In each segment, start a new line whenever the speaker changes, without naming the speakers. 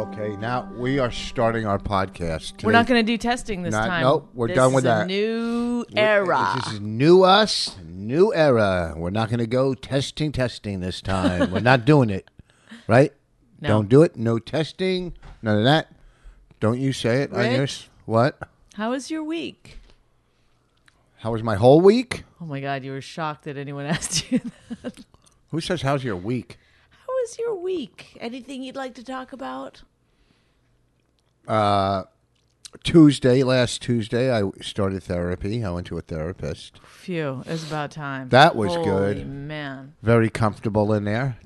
Okay, now we are starting our podcast. Today.
We're not going to do testing this
Not-
time.
nope, we're
This
done with
is a
that.
new era.
uh, This is new us, new era. We're not going to go testing, testing this time. We're not doing it, right?
No.
Don't do it. No testing. None of that. Don't you say it,
Rich?
Agnes? What?
How was your week?
How was my whole week?
Oh my God, you were shocked that anyone asked you. That.
Who says how's your week?
How was your week? Anything you'd like to talk about?
Uh, Tuesday, last Tuesday, I started therapy. I went to a therapist.
Phew, it's about time.
That was
Holy
good.
Man,
Very comfortable in there,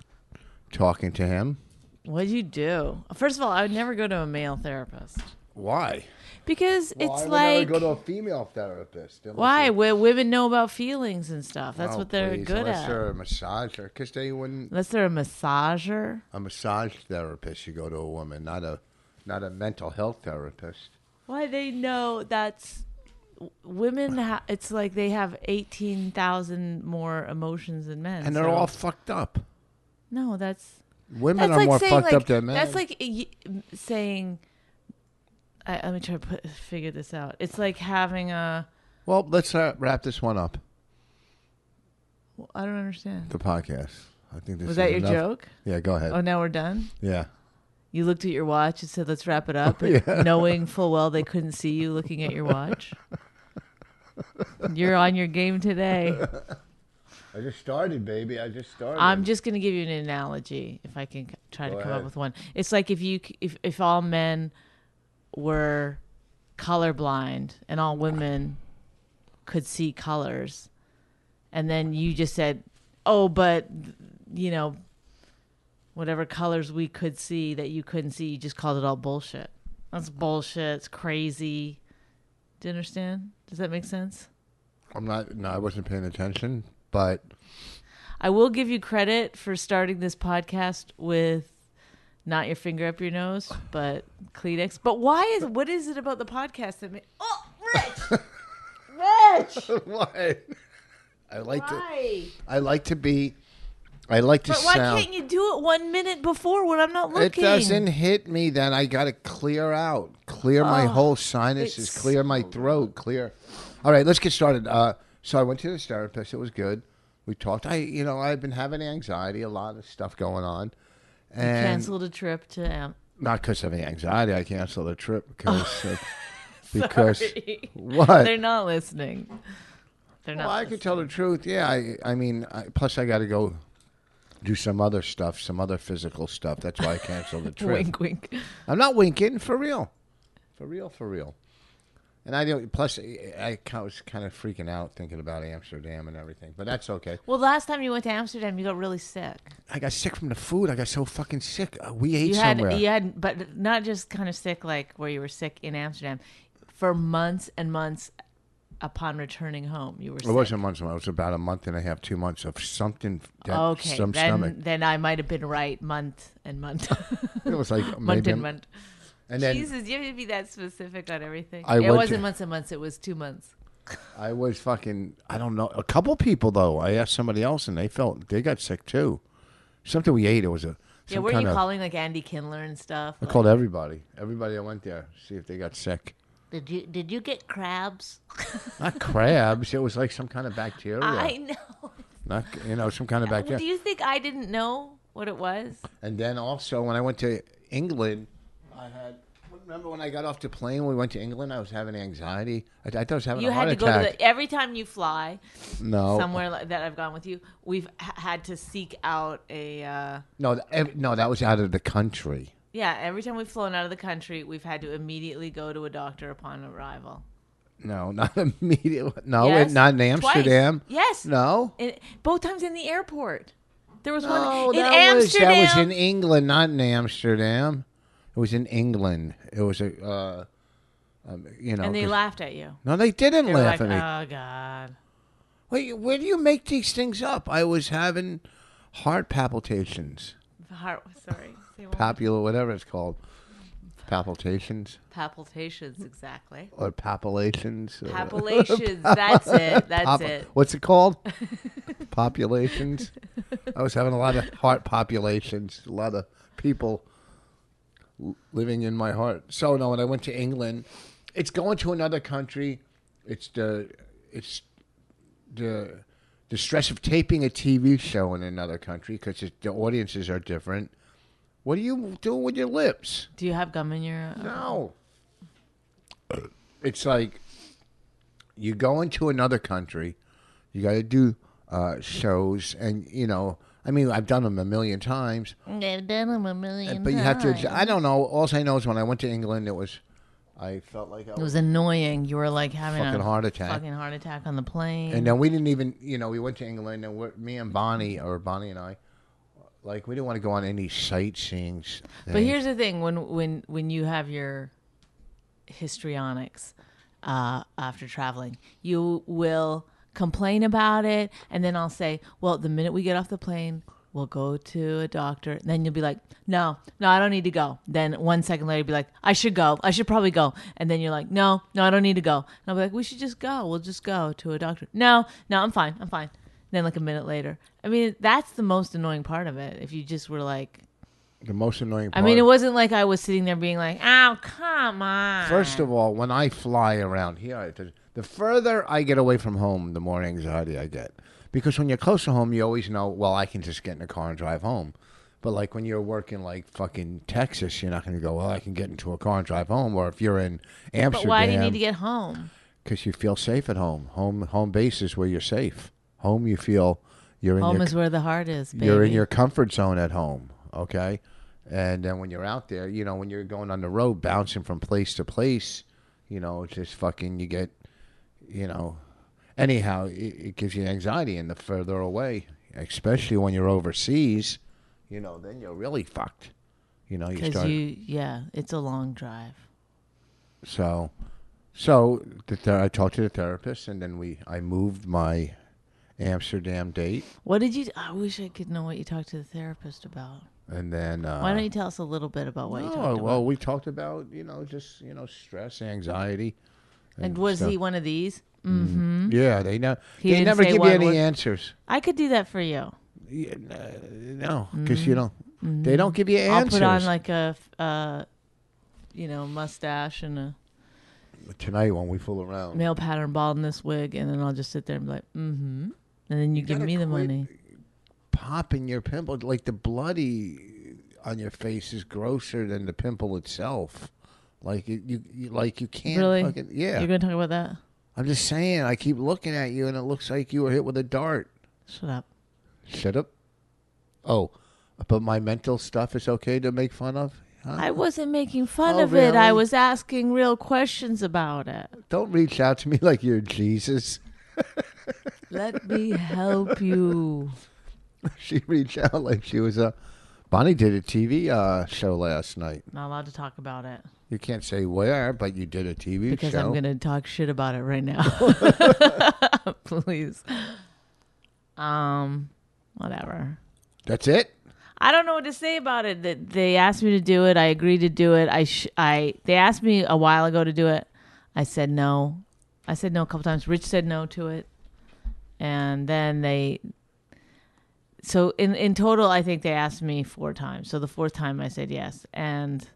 talking to him.
what'd you do? First of all, I would never go to a male therapist
Why?
because
Why
it's
would I
like.
go to a female therapist?
why? Wo- women know about feelings and stuff. That's
Oh,
what they're
please,
good
unless
at.
they're a massager, because they wouldn't.
Unless they're a massager.
A massage therapist, you go to a woman, not a, not a mental health therapist.
Why they know that's w- women? Ha- it's like they have eighteen thousand more emotions than men,
And they're
so-
all fucked up.
no. That's
Women
that's
are
like
more
saying
fucked
like,
up than men.
that's like y- saying. I, let me try to put, figure this out. It's like having a.
well, let's uh, wrap this one up.
I don't understand.
The podcast. I think this
Was
is
that your
enough.
joke?
Yeah, go ahead.
Oh, now we're done.
yeah,
You looked at your watch and said, "Let's wrap it up," knowing full well they couldn't see you looking at your watch. You're on your game today.
I just started, baby. I just started.
I'm just going to give you an analogy if I can c- try to
Go
come
ahead.
up with one. It's like if you c- if if all men were colorblind and all women could see colors and then you just said, "Oh, but you know whatever colors we could see that you couldn't see, you just called it all bullshit." That's bullshit. It's crazy. Do you understand? Does that make sense?
I'm not. No, I wasn't paying attention. But
I will give you credit for starting this podcast with not your finger up your nose, but Kleenex. But why is what is it about the podcast that made Oh, Rich. Rich.
why? I like to.
Why?
I like to be. I like to
But why
sound.
can't you do it 1 minute before when I'm not
It
looking?
doesn't hit me. Then I got to clear out, clear my whole sinuses,
Ah, it's-
clear my throat, clear. All right, let's get started. Uh, so I went to this therapist. It was good. We talked. I, you know, I've been having anxiety, a lot of stuff going on, and
Canceled a trip to Am-
not because of the anxiety. I canceled the trip because of- because
Sorry.
what?
They're not listening. They're not.
Well, I
listening.
could tell the truth. Yeah, I, I mean, I, plus I got to go do some other stuff, some other physical stuff. That's why I canceled the trip.
wink wink.
I'm not winking for real, for real, for real. And I don't. Plus, I I was kind of freaking out thinking about Amsterdam and everything, but that's okay.
Well, last time you went to Amsterdam, you got really sick.
I got sick from the food. I got so fucking sick. Uh, We ate
you had E
somewhere.
you had but not just kind of sick like where you were sick in Amsterdam for months and months upon returning home you were sick.
It wasn't months. It was about a month and a half, two months of something. That,
okay
some
then
stomach.
then I might have been right month and month
It was like
month
maybe,
and month
And then
Jesus you have to be that specific on everything
I
it
went
wasn't
to-
months and months it was two months
I was fucking. I don't know. A couple people though. I asked somebody else, and they felt they got sick too. Something we ate. It was a.
yeah
some
were you
kind of-
calling like Andy Kindler and stuff
I
Like,
called everybody. Everybody I went there, see if they got sick.
did you did you get crabs
Not crabs. It was like some kind of bacteria.
I know
Not you know some kind of bacteria.
do you think I didn't know what it was
and then also when I went to England, I had. What Remember when I got off the plane? We went to England. I was having anxiety. I, I thought I was having
You
a heart
had to go
attack.
to the every time you fly
no,
somewhere like, that I've gone with you. We've h- had to seek out a uh,
no, th- ev- no. That was out of the country.
yeah. Every time we've flown out of the country, we've had to immediately go to a doctor upon arrival.
No, not immediately. No,
Yes.
it, not Oh, in
Twice.
Amsterdam.
Yes.
No.
In, both times in the airport. There was
No,
one in
that
Amsterdam.
was that was in England, not in Amsterdam. It was in England. It was a, uh, um, you know.
and they
'cause-
laughed at you.
No, they didn't
They were
laugh at
like,
me.
oh god.
Wait, where do you make these things up? I was having heart palpitations,
Heart, sorry. Say one-
papula, whatever it's called, palpitations
Palpitations, exactly.
or papulations. or-
Palpitations. that's it. That's
Pop-
it.
What's it called? populations. I was having a lot of heart populations, a lot of people l- living in my heart. So no, when I went to England, it's going to another country. It's the it's the the stress of taping a TV show in another country because the audiences are different. What do you do with your lips?
Do you have gum in your? uh,
No. It's like you go into another country, you got to do uh, shows, and you know, I mean, I've done them a million times,
I've done them a million.
but you have to. adj- I don't know. All I know is when I went to England, it was, I felt like I
It
was,
was annoying. You were like having
Fucking
a
heart attack.
Oh, Fucking heart attack on the plane.
and then we didn't even, you know, we went to England, and we're, me and Bonnie, or Bonnie and I, like we didn't want to go on any sightseeing. s-
but
things.
here's the thing: when when when you have your histrionics uh, after traveling, you will complain about it, and then I'll say, "Well, the minute we get off the plane." We'll go to a doctor. And then you'll be like, no, no, I don't need to go. Then one second later, you'll be like, I should go. I should probably go. And then you're like, no, no, I don't need to go. And I'll be like, we should just go. We'll just go to a doctor. No, no, I'm fine. I'm fine. then like a minute later. I mean, that's the most annoying part of it. If you just were like,
the most annoying.
I
Part
mean, it wasn't like I was sitting there being like, "Oh, come on."
First of all, when I fly around here, I- the- the further I get away from home, the more anxiety I get. Because when you're close to home, you always know, well, I can just get in the car and drive home. But like when you're working like fucking Texas, you're not going to go, well, I can get into a car and drive home. Or if you're in
but
Amsterdam,
why do you need to get home?
Because you feel safe at home. Home home base is where you're safe. Home, you feel you're in
Home
your
is where the heart is. Baby.
you're in your comfort zone at home, okay? And then when you're out there, you know, when you're going on the road, bouncing from place to place, you know, it's just fucking, you get, you know, anyhow, it, it gives you anxiety. And the further away, especially when you're overseas, you know, then you're really fucked. You know, you
because
start.
you, yeah, it's a long drive.
So, so the ther- I talked to the therapist, and then we, I moved my Amsterdam date,
What did you? I wish I could know what you talked to the therapist about.
and then. Uh,
Why don't you tell us a little bit about what you
Oh
talked
well,
about?
we talked about you know just you know stress, anxiety.
And was
stuff.
he one of these?
Yeah, they know.
He
they
didn't
never
say
give you
one
any
word.
answers.
I could do that for you.
Yeah, n- uh, no, because you don't. They don't give you
Mm-hmm. I'll
answers.
put on like a, f- uh, you know, mustache and a
Tonight when we fool around,
male pattern baldness wig, and then I'll just sit there and be like, mm-hmm. And then you, give
gotta
me the
quit
money.
popping your pimple like the bloody on your face is grosser than the pimple itself. Like it, you, you, like you can't.
Really?
Fucking, yeah,
You're gonna talk about that?
I'm just saying. I keep looking at you, and it looks like you were hit with a dart.
Shut up.
Shut up. Oh, but my mental stuff is okay to make fun of? Huh?
I wasn't making fun
Oh,
of it. I
really?
was asking real questions about it.
Don't reach out to me like you're Jesus.
Let me help you.
she reached out like she was a. Bonnie did a TV uh, show last night.
Not allowed to talk about it
You can't say where, but you did a TV
because
show.
I'm going to talk shit about it right now. Please. Um, whatever.
That's it.
I don't know what to say about it. That they asked me to do it. I agreed to do it. I sh- I they asked me a while ago to do it. I said no. I said no a couple times. Rich said no to it, and then they. So in in total, I think they asked me four times. So the fourth time I said yes, and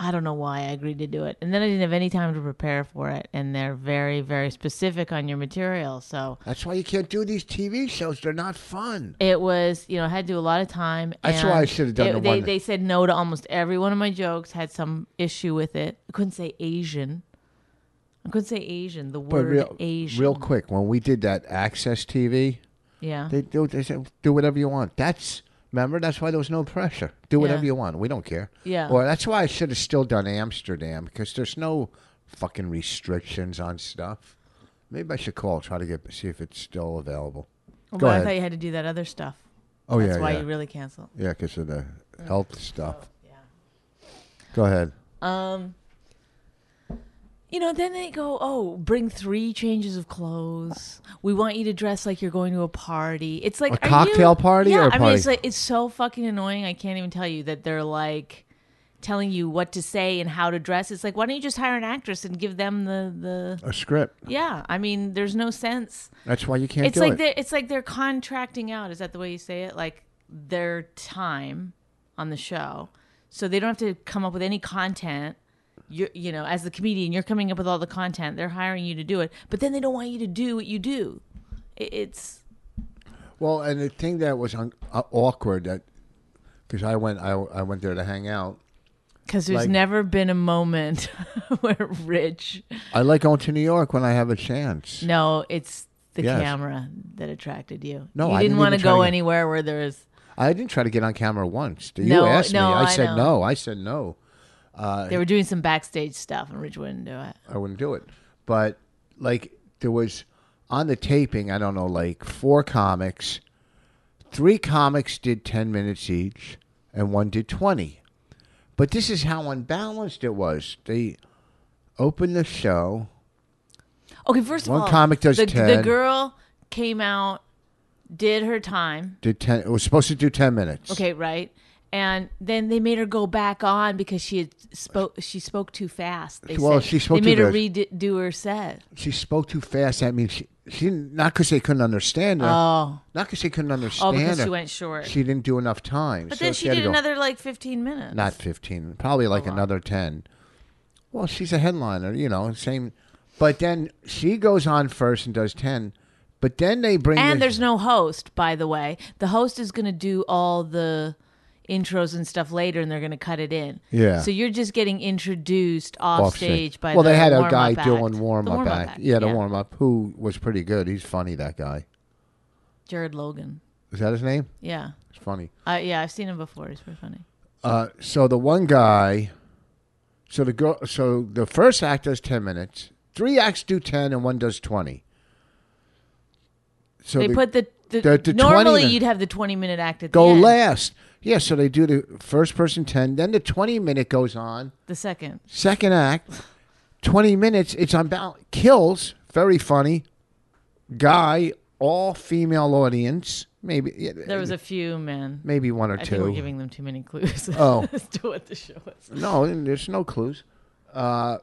I don't know why I agreed to do it. And then I didn't have any time to prepare for it. And they're very, very specific on your material. So
That's why you can't do these TV shows. They're not fun.
it was, you know, I had to do a lot of time.
That's why
and
I should've done
it-
the
they,
one-
They said no to almost every one of my jokes, had some issue with it. I couldn't say Asian. I couldn't say Asian, the
But
word
real,
Asian.
real quick, when we did that Access TV,
yeah.
they do they said, do whatever you want. That's remember that's why there was no pressure. Do whatever
Yeah.
you want. We don't care.
Yeah.
Or that's why I should have still done Amsterdam because there's no fucking restrictions on stuff. Maybe I should call try to get see if it's still available.
Well,
Go
but I
ahead.
thought you had to do that other stuff.
oh
That's
yeah,
why
yeah,
you really canceled.
yeah, because of the health stuff.
Yeah.
Go ahead.
Um, you know, then they go, "Oh, bring three changes of clothes. We want you to dress like you're going to a party." It's like
A
are
cocktail
you-
party
Yeah,
or a
I mean, it's
party?
like it's so fucking annoying. I can't even tell you that they're like telling you what to say and how to dress. It's like, why don't you just hire an actress and give them the the
A script.
yeah? I mean, there's no sense.
That's why you can't
it's
do
like
it.
they're it's like they're contracting out. Is that the way you say it? Like their time on the show, so they don't have to come up with any content. You you know, as the comedian, you're coming up with all the content. They're hiring you to do it, but then they don't want you to do what you do. It, it's
Well, and the thing that was un- uh, awkward that because I went I, I went there to hang out.
because there's
Like-
never been a moment where Rich.
I like going to New York when I have a chance.
No, it's the
Yes.
camera that attracted you.
No,
you
I
didn't,
didn't
want to
even try
go
to-
anywhere where there's.
I didn't try to get on camera once. You
No,
asked
no,
me. I,
I
said
know.
no. I said no. Uh,
They were doing some backstage stuff, and Rich wouldn't do it.
I wouldn't do it. But like there was on the taping, I don't know, like four comics. Three comics did ten minutes each, and one did twenty. But this is how unbalanced it was. They opened the show.
Okay, first of
One
all,
comic does
the,
10.
The girl came out, did her time.
Did ten? It was supposed to do ten minutes.
Okay, right. And then they made her go back on because she had spoke. She spoke too fast. They
Well,
said.
she spoke
They
too
made her
fast.
redo her set.
She spoke too fast. That means she, she didn't, not because they couldn't understand her.
Oh,
Not because they couldn't
oh,
understand
because
her.
she went short.
She didn't do enough time.
but
so
then she
had
did
to go-
another like fifteen minutes.
Not 15, probably like another 10. Well, she's a headliner, you know, same. But then she goes on first and does 10. But then they bring.
and
the-
there's no host, by the way. The host is going to do all the intros and stuff later, and they're going to cut it in.
Yeah.
So you're just getting introduced off,
off
stage, by
Well,
the
they had a
warm-up
guy
act.
doing
The
warm up act. Yeah, the warm up, who was pretty good. He's funny, that guy.
Jared Logan.
Is that his name?
Yeah.
It's funny.
Uh, yeah, I've seen him before. He's pretty funny.
Uh, so the one guy, so the girl, so the first act does ten minutes. Three acts do ten, and one does twenty. So
they
the-
put the, the,
the- the 20
normally
minute-
you'd have the 20 minute act at
go
the end.
last. Yeah, so they do the first person ten, then the twenty minute goes on.
The second.
Second act, twenty minutes. It's on balance. Kills. Very funny. Guy, all female audience. Maybe yeah,
There was a few men.
maybe one or
I
two.
think we're giving them too many clues
Oh.
as to what the show is.
No, there's no clues. Uh,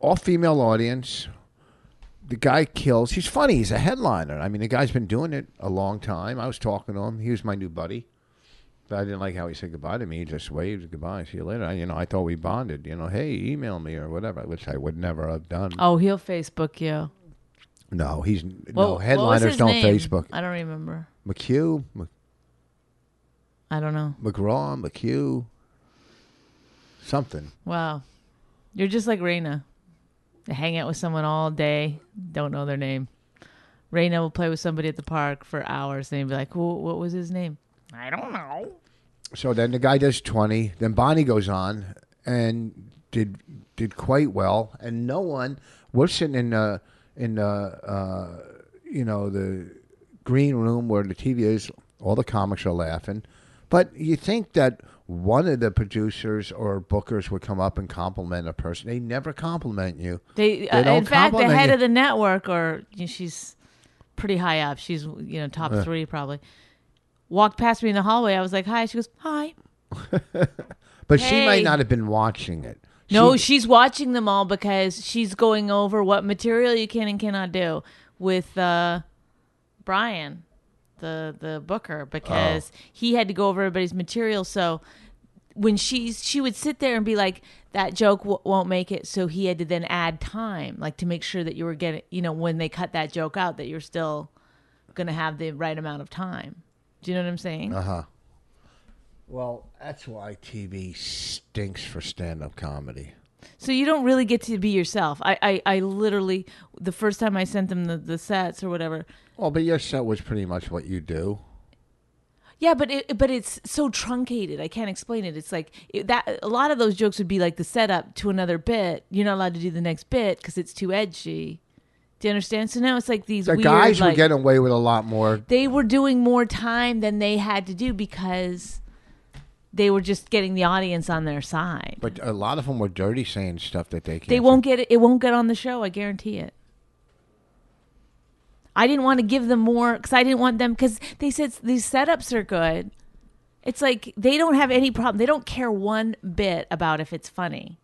all female audience. The guy kills. He's funny. He's a headliner. I mean, the guy's been doing it a long time. I was talking to him. He was my new buddy. But I didn't like how he said goodbye to me. He just waved goodbye. See you later. I, you know, I thought we bonded. You know, hey, email me or whatever, which I would never have done.
Oh, he'll Facebook you.
No, he's no
What- what was
headliners
his
don't
name?
Facebook.
I don't remember.
McHugh, Mc,
I don't know.
McGraw, McHugh, something.
Wow. You're just like Raina. You hang out with someone all day, don't know their name. Raina will play with somebody at the park for hours and he'd be like, "Who- what was his name? I don't know.
So then the guy does 20. Then Bonnie goes on and did did quite well. And no one, we're sitting in the in the uh, you know the green room where the TV is. All the comics are laughing, but you think that one of the producers or bookers would come up and compliment a person. They never compliment you.
They, uh,
don't
in fact, the
compliment
head
you.
of the network, or you know, she's pretty high up. She's you know top three probably. Walked past me in the hallway. I was like, "Hi." She goes, "Hi."
But she
Hey.
might not have been watching it.
No,
She-
she's watching them all because she's going over what material you can and cannot do with uh, Brian, the the booker, because he had to go over everybody's material. So when she's she would sit there and be like that joke w- won't make it so he had to then add time like to make sure that you were getting you know when they cut that joke out that you're still gonna have the right amount of time do you know what i'm saying
Uh-huh. Well, that's why TV stinks for stand up comedy.
So you don't really get to be yourself. I, I, I literally the first time I sent them the, the sets or whatever.
Well, but your show was pretty much what you do.
Yeah, but it but it's so truncated. I can't explain it. It's like it, that a lot of those jokes would be like the setup to another bit. You're not allowed to do the next bit because it's too edgy. Do you understand? So now it's like these
The
weird,
guys were
like-
getting away with a lot more.
they were doing more time than they had to do because they were just getting the audience on their side.
But a lot of them were dirty saying stuff that they can't.
They won't get it. It won't get on the show. I guarantee it. I didn't want to give them more because I didn't want them because they said s- these setups are good. It's like they don't have any problem. They don't care one bit about if it's funny.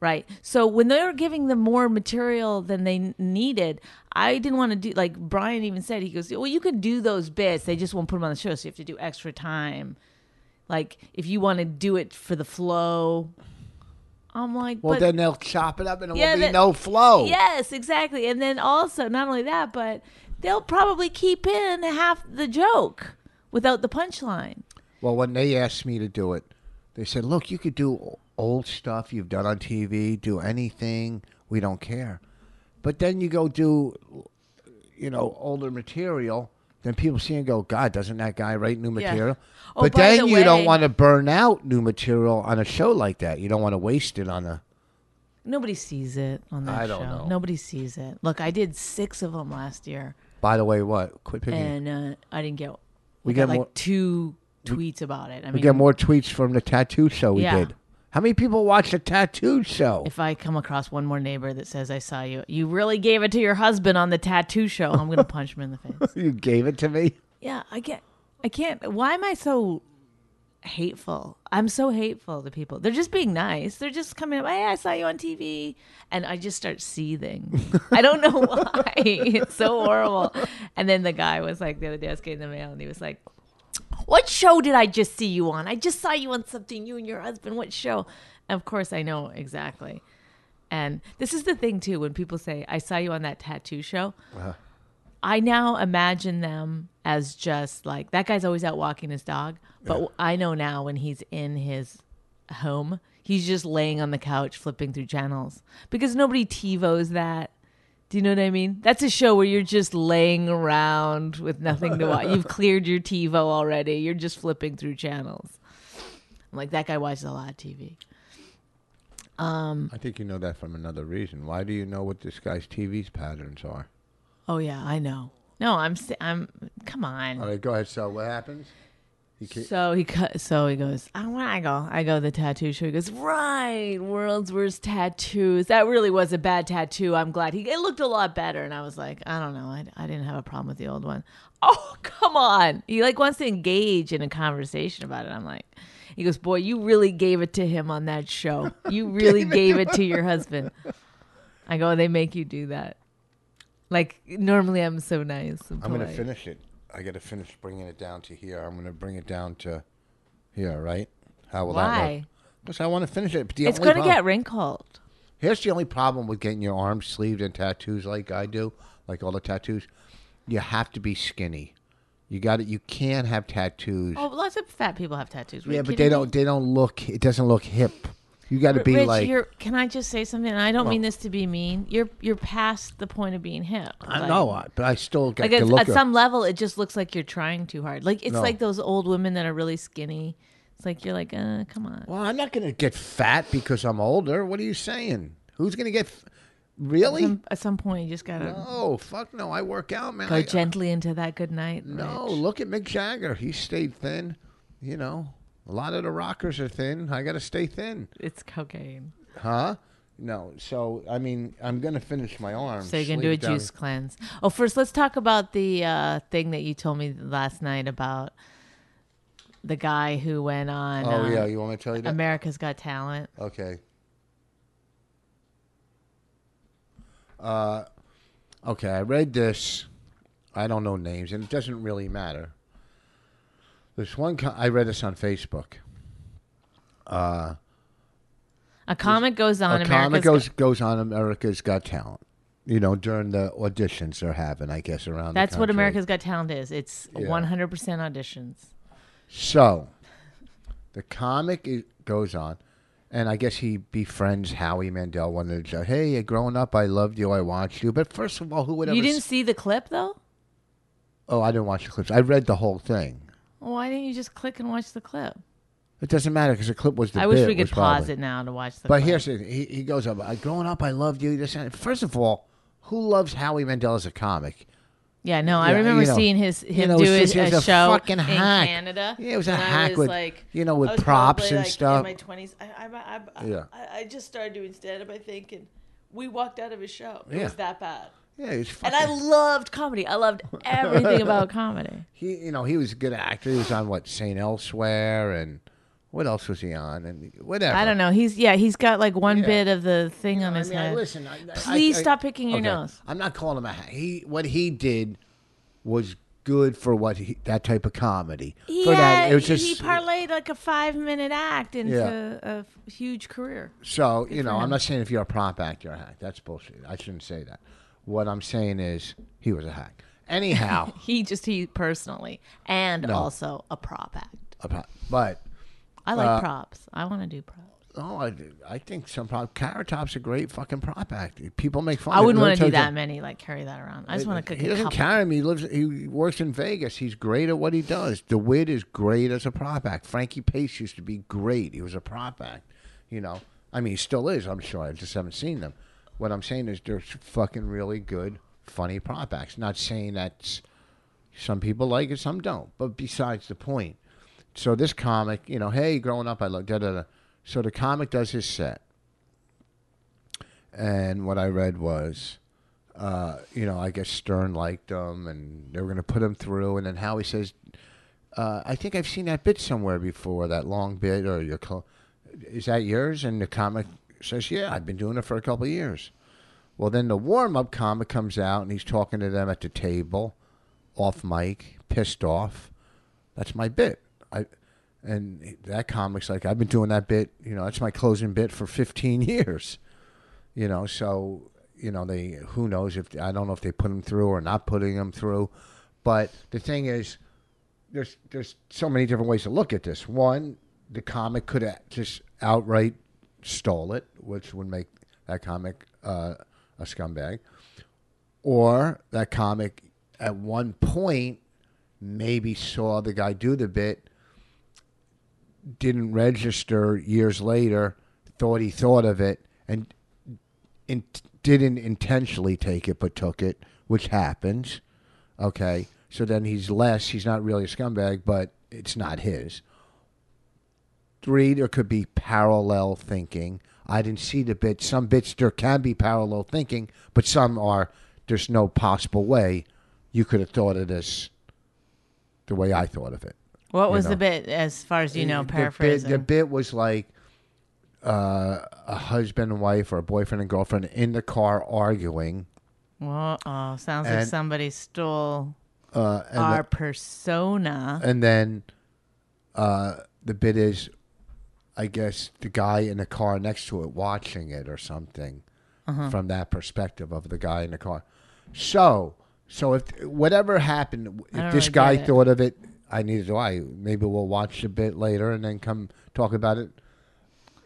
Right. So when they were giving them more material than they n- needed, I didn't want to do like Brian even said, he goes, Well, you could do those bits. They just won't put them on the show. So you have to do extra time. Like if you want to do it for the flow. I'm like,
Well,
but
then they'll chop it up and it
Yeah,
will be
that-
no flow.
Yes, exactly. And then also, not only that, but they'll probably keep in half the joke without the punchline.
Well, when they asked me to do it, they said, "Look, you could do o- old stuff you've done on TV, do anything. We don't care." But then you go do, you know, older material. Then people see and go, "God, doesn't that guy write new
Yeah.
material?"
Oh,
but
by
then
the
you don't
way-
want to burn out new material on a show like that. You don't want to waste it on a.
Nobody sees it on that
I don't
show.
know.
Nobody sees it. Look, I did six of them last year,
By the way, what? Quit picking.
and uh, I didn't get.
We
I got
got
like
more-
two tweets about it. I mean,
we get more tweets from the tattoo show we
Yeah.
did. How many people watch the tattoo show?
if I come across one more neighbor that says I saw you, you really gave it to your husband on the tattoo show, I'm gonna punch him in the face.
you gave it to me.
Yeah, I can't. I can't. Why am I so hateful? I'm so hateful to people. They're just being nice. They're just coming up. Hey, I saw you on TV, and I just start seething. I don't know why. It's so horrible. And then the guy was like, the other day I was getting the mail, and he was like, "What show did I just see you on? I just saw you on something. You and your husband. What show?" Of course, I know exactly. And this is the thing too. When people say, "I saw you on that tattoo show," I now imagine them as just like that guy's always out walking his dog, but I know now when he's in his home, he's just laying on the couch flipping through channels because nobody TiVos that. Do you know what I mean? That's a show where you're just laying around with nothing to watch. You've cleared your TiVo already. You're just flipping through channels. I'm like that guy watches a lot of TV.
I think you know that from another reason. Why do you know what this guy's TV's patterns are?
Oh yeah, I know. No, I'm s- I'm come on.
All right, go ahead. So what happens? He ca-
So he cut. So he goes. I want. I go. I go to the tattoo show. He goes. Right. World's worst tattoos. That really was a bad tattoo. I'm glad he. It looked a lot better. And I was like, I don't know. I, I didn't have a problem with the old one. Oh come on. He like wants to engage in a conversation about it. I'm like, he goes, boy, you really gave it to him on that show. You really gave it to your husband. I go. They make you do that. Like normally, I'm so nice. And
I'm gonna
polite.
finish it. I gotta finish bringing it down to here. I'm gonna bring it down to here. Right? How will that work?
Why?
Because I want to finish it. But the
It's
only
gonna
prob-
get wrinkled.
Here's the only problem with getting your arms sleeved and tattoos like I do, like all the tattoos. You have to be skinny. You got it. You can't have tattoos.
Oh, lots of fat people have tattoos. Were
yeah,
you
but
kidding
they
me?
don't. They don't look. It doesn't look hip. You got to be
Rich,
like.
you're, can I just say something? And I don't mean this to be mean. You're you're past the point of being hip.
I
Like-
know, I- but I still got
Like
to
at,
look.
at
of-
some level, it just looks like you're trying too hard. Like it's
No.
like those old women that are really skinny. It's like you're like, uh, come on.
Well, I'm not going to get fat because I'm older. What are you saying? Who's going to get f- really?
Some- at some point, you just gotta
No, fuck no. I work out, man.
go
I-
gently into that good night.
no,
Rich.
look at Mick Jagger. He stayed thin. You know, a lot of the rockers are thin. I got to stay thin,
it's cocaine.
huh? No, so I mean, I'm going to finish my arms.
So you're gonna do a
sleeve down.
juice cleanse. Oh, first let's talk about the uh, thing that you told me last night about the guy who went on.
Oh
uh,
yeah, you want me to tell you that?
America's Got Talent.
Okay. Uh, okay, I read this. I don't know names, and it doesn't really matter. This one, co- I read this on Facebook.
A comic goes on.
a comic goes
America's
goes on America's Got Talent. You know, during the auditions they're having, I guess around. the
That's what
country.
America's Got Talent is. It's 100% auditions.
So, the comic i goes on, and I guess he befriends Howie Mandel. One of the show. Hey, growing up, I loved you. I watched you. But first of all, who would ever?
You didn't
s-
see the clip though?
oh, I didn't watch the clips. I read the whole thing.
Well, why didn't you just click and watch the clip?
It doesn't matter because the clip was the.
I wish
bit,
we could
was
pause
probably-
it now to watch the
But
clip.
here's the thing. He, he goes up. "I- Growing up, I loved you. This and first of all, who loves Howie Mandel as a comic?
Yeah, no, I
Yeah,
remember
you know,
seeing his
you
him
know, it
do
was just-
his,
he was
a,
a
show
fucking
in
hack.
Canada.
Yeah, it was a
and I
hack
was,
with,
like,
you know, with
I was
props
probably,
and
like,
stuff.
In my twenties, I, I, I, I,
Yeah.
I, I just started doing stand up. I think, and we walked out of his show. It
Yeah.
was that bad.
Yeah, he's
And
fucking.
I loved comedy. I loved
everything about comedy.
he you know he was a good actor. He was on what Saint Elsewhere and what else was he on and whatever.
I don't know. He's yeah, he's got like one
Yeah.
bit of the thing on
I
his
mean, I-
head.
listen, I- I-
Please
I-
stop picking your
okay.
nose.
I'm not calling him a hack. he. What he did was good for what he, that type of comedy. for
yeah,
that, it was just
he parlayed like a five minute act into
Yeah.
a f- huge career.
So, you know, I'm not saying if you're a prop actor, you're a hack. That's bullshit. I shouldn't say that. What I'm saying is he was a hack. Anyhow,
He just he personally and
No.
also a prop act.
a pro- but
I
Uh,
like props. I want to do props.
oh, I, I think some prop Carrot Top's a great fucking prop actor. People make fun.
I
of him.
wouldn't
Let me
want to
tell
do
you
that
something.
many. Like carry that around. I just want to cook
He
a
doesn't
couple.
carry him. He lives. He works in Vegas. He's great at what he does. DeWitt is great as a prop act. Frankie Pace used to be great. He was a prop act. You know, I mean, he still is. I'm sure. I just haven't seen them. What I'm saying is, there's fucking really good, funny prop acts. Not saying that's some people like it, some don't. But besides the point. So this comic, you know, hey, growing up, I love da da da. So the comic does his set, and what I read was uh, you know, I guess Stern liked him and they were going to put him through. And then Howie says, uh, I think I've seen that bit somewhere before, that long bit or your. Cl- is that yours? And the comic says, Yeah, I've been doing it for a couple of years. Well, then the warm up comic comes out and he's talking to them at the table, off mic, pissed off. That's my bit. I. And that comic's like, I've been doing that bit, you know, that's my closing bit for 15 years you know so you know they who knows if i don't know if they put him through or not putting him through but the thing is there's there's so many different ways to look at this one the comic could have just outright stole it which would make that comic uh, a scumbag or that comic at one point maybe saw the guy do the bit didn't register years later thought he thought of it and in, didn't intentionally take it but took it, which happens. Okay. So then he's less. He's not really a scumbag, but it's not his. Three, there could be parallel thinking. I didn't see the bit. Some bits there can be parallel thinking, but some are there's no possible way you could have thought of this the way I thought of it.
What was
know.
the bit as far as you know?
The bit-
Paraphrasing.
The bit, was like uh, a husband and wife or a boyfriend and girlfriend in the car arguing.
Well, oh, sounds like
And-
somebody stole
Uh, and,
our persona.
the- and then uh, the bit is, I guess, the guy in the car next to it watching it or something
Uh-huh.
from that perspective of the guy in the car. So, so if whatever happened,
don't
if this
really get
guy
it.
thought of it, I neither do I. Maybe we'll watch a bit later and then come talk about it.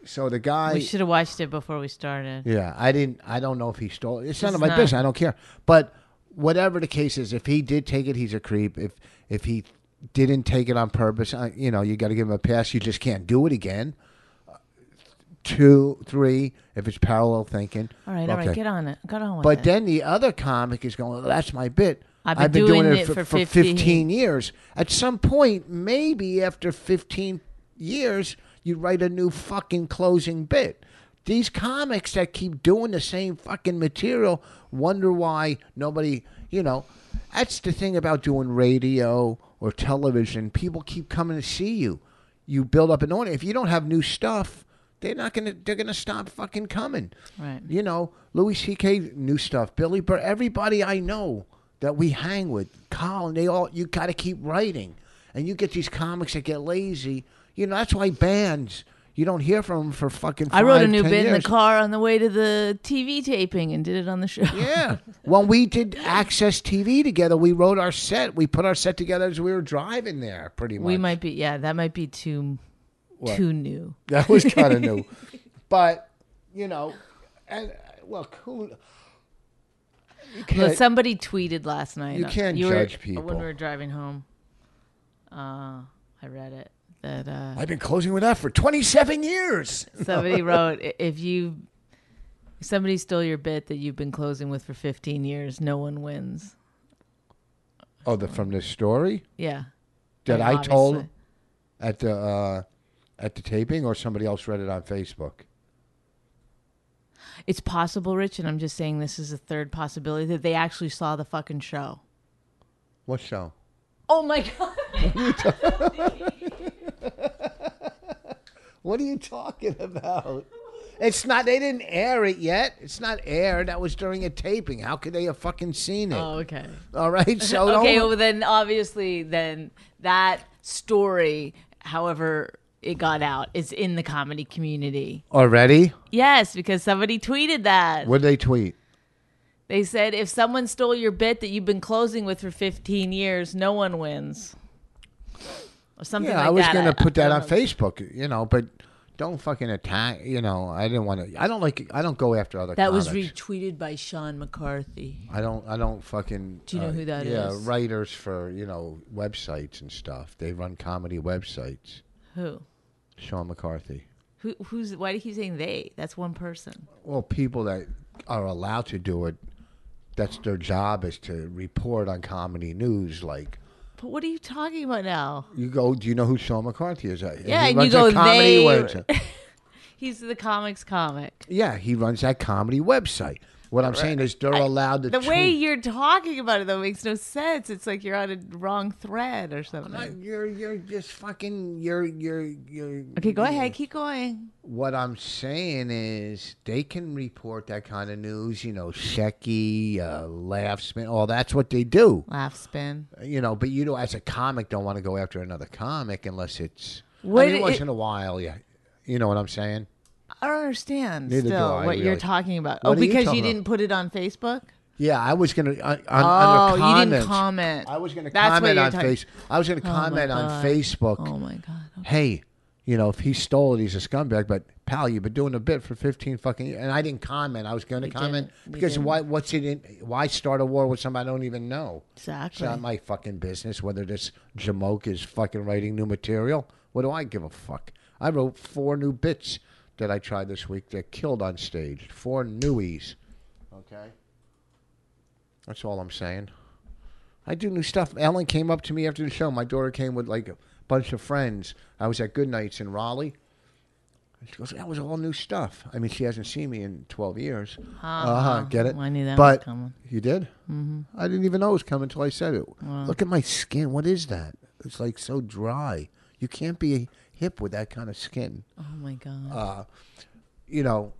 So the guy
we should have watched it before we started.
Yeah, I didn't. I don't know if he stole. It's none of
is
my
not-
business. I don't care. But whatever the case is, if he did take it, he's a creep. If if he didn't take it on purpose, I, you know, you got to give him a pass. You just can't do it again. Two, three. If it's parallel thinking.
All right, all right,
Okay.
get on it. Get on with
But
it.
then the other comic is going, well, that's my bit.
I've been doing it for 15
years. At some point, maybe after 15 years, you write a new fucking closing bit. These comics that keep doing the same fucking material wonder why nobody, you know, that's the thing about doing radio or television. People keep coming to see you. You build up an audience. If you don't have new stuff, they're not gonna. They're gonna stop fucking coming.
Right.
You know, Louis C.K. new stuff, Billy Burr, everybody I know that we hang with, Colin, they all you got to keep writing, and you get these comics that get lazy. You know, that's why bands. You don't hear from him for fucking.
I wrote a
five,
new
10
bit in the
years.
car on the way to the TV taping and did it on the show.
Yeah. when we did Access TV together, we wrote our set. We put our set together as we were driving there, pretty much.
We might be yeah, that might be too too new.
That was kind of new. But, you know, and uh, look, who. You
But
can't,
somebody tweeted last night.
You
uh,
can't
were-
judge
When
people.
we were driving home, uh, I read it that uh,
I've been closing with that for 27 years.
somebody wrote "I- if you if somebody stole your bit that you've been closing with for 15 years, no one wins.
Oh, the, from this story
Yeah,
that I
mean,
told
obviously.
at the uh, at the taping, or somebody else read it on Facebook.
It's possible, Rich, and I'm just saying this is a third possibility that they actually saw the fucking show.
What show?
Oh my god!
What are you talking about? It's not. They didn't air it yet. It's not aired. That was during a taping. How could they have fucking seen it?
Oh, okay.
All right. So
Okay,
don't-
well then obviously then that story, however it got out, is in the comedy community.
already.
Yes, because somebody tweeted that.
What did Oh, they tweet?
They said if someone stole your bit that you've been closing with for 15 years, no one wins. Or something
Yeah,
like
I was
that.
gonna put
I
that on
don't know.
Facebook. You know, but don't fucking attack. You know, I didn't want to. I don't like. I don't go after other.
That was
comics.
retweeted by Sean McCarthy.
I don't. I don't fucking.
Do you know who that
that is? yeah,
is?
writers for you know websites and stuff. They run comedy websites.
Who?
Sean McCarthy.
Who who's why do you keep saying they? That's one person.
Well, people that are allowed to do it. That's their job is to report on comedy news. Like
But what are you talking about now?
you go, do you know who Sean McCarthy is? Uh,
Yeah,
he
and you
runs
go,
that comedy
they-
website.
He's the comics comic.
Yeah, he runs that comedy website. What I'm saying is they're allowed to.
The way
tweet.
you're talking about it though makes no sense. It's like you're on a wrong thread or
Not-
something.
You're you're just fucking you're you're you're.
Okay, go ahead, keep going.
What I'm saying is they can report that kind of news. You know, Shecky, uh, Laughsman, all that's what they do.
Laugh spin.
You know, but you know, as a comic, don't want to go after another comic unless it's.
What
I mean,
it-
once in a while, yeah. You know what I'm saying?
I don't understand
Neither do
still
I,
what you're
really.
talking about.
What
oh,
are you
because you,
talking about?
didn't put it on Facebook?
Yeah, I was gonna on, on,
oh,
under comments.
you didn't comment.
I was gonna
That's what
comment
you're
on
talking- Oh
face. I was gonna comment on
God.
Facebook.
Oh my god. Okay.
hey, you know, if he stole it, he's a scumbag. But pal, you've been doing a bit for fifteen fucking. years. And I didn't comment. I was going to comment
didn't. We
because
didn't.
why? What's it in? Why start a war with somebody I don't even know? It's
Exactly.
not my fucking business whether this Jamoke is fucking writing new material. What do I give a fuck? I wrote four new bits that I tried this week that killed on stage. Four newies. Okay. That's all I'm saying. I do new stuff. Ellen came up to me after the show. My daughter came with like a bunch of friends. I was at Goodnights in Raleigh. And she goes, That was all new stuff. I mean, she hasn't seen me in 12 years. Uh-huh. Get it?
Ah, I knew that
but
was coming.
You did? Mm-hmm. I didn't even know it was coming until I said it. Look at my skin. What is that? It's like so dry. You can't be hip with that kind of skin
Oh my god.
Uh, you know,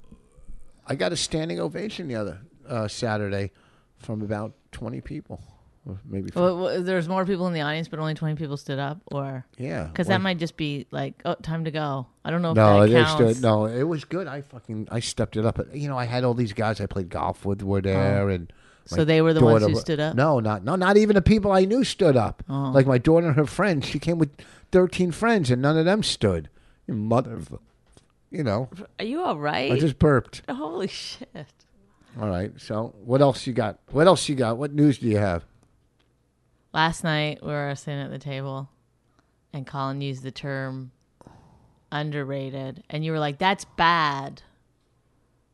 I got a standing ovation the other uh, Saturday from about 20 people, or maybe.
well, well, there's more people in the audience, but only 20 people stood up, or
yeah,
because
well-
that might just be like, oh, time to go. I don't know if
No,
that
it is
counts.
good. No, it was good. I fucking I stepped it up. You know, I had all these guys I played golf with were there, and my
Oh. So they were the ones
daughter
who
wa-
stood up? Oh.
No, not no, not even the people I knew stood up. Like my daughter and her friends. She came with 13 friends, and none of them stood. You Mother, of- you know,
Are you all right?
I just burped.
Holy shit.
All right. So what else you got? What else you got? What news do you have?
Last night we were sitting at the table and Colin used the term underrated and you were like, That's bad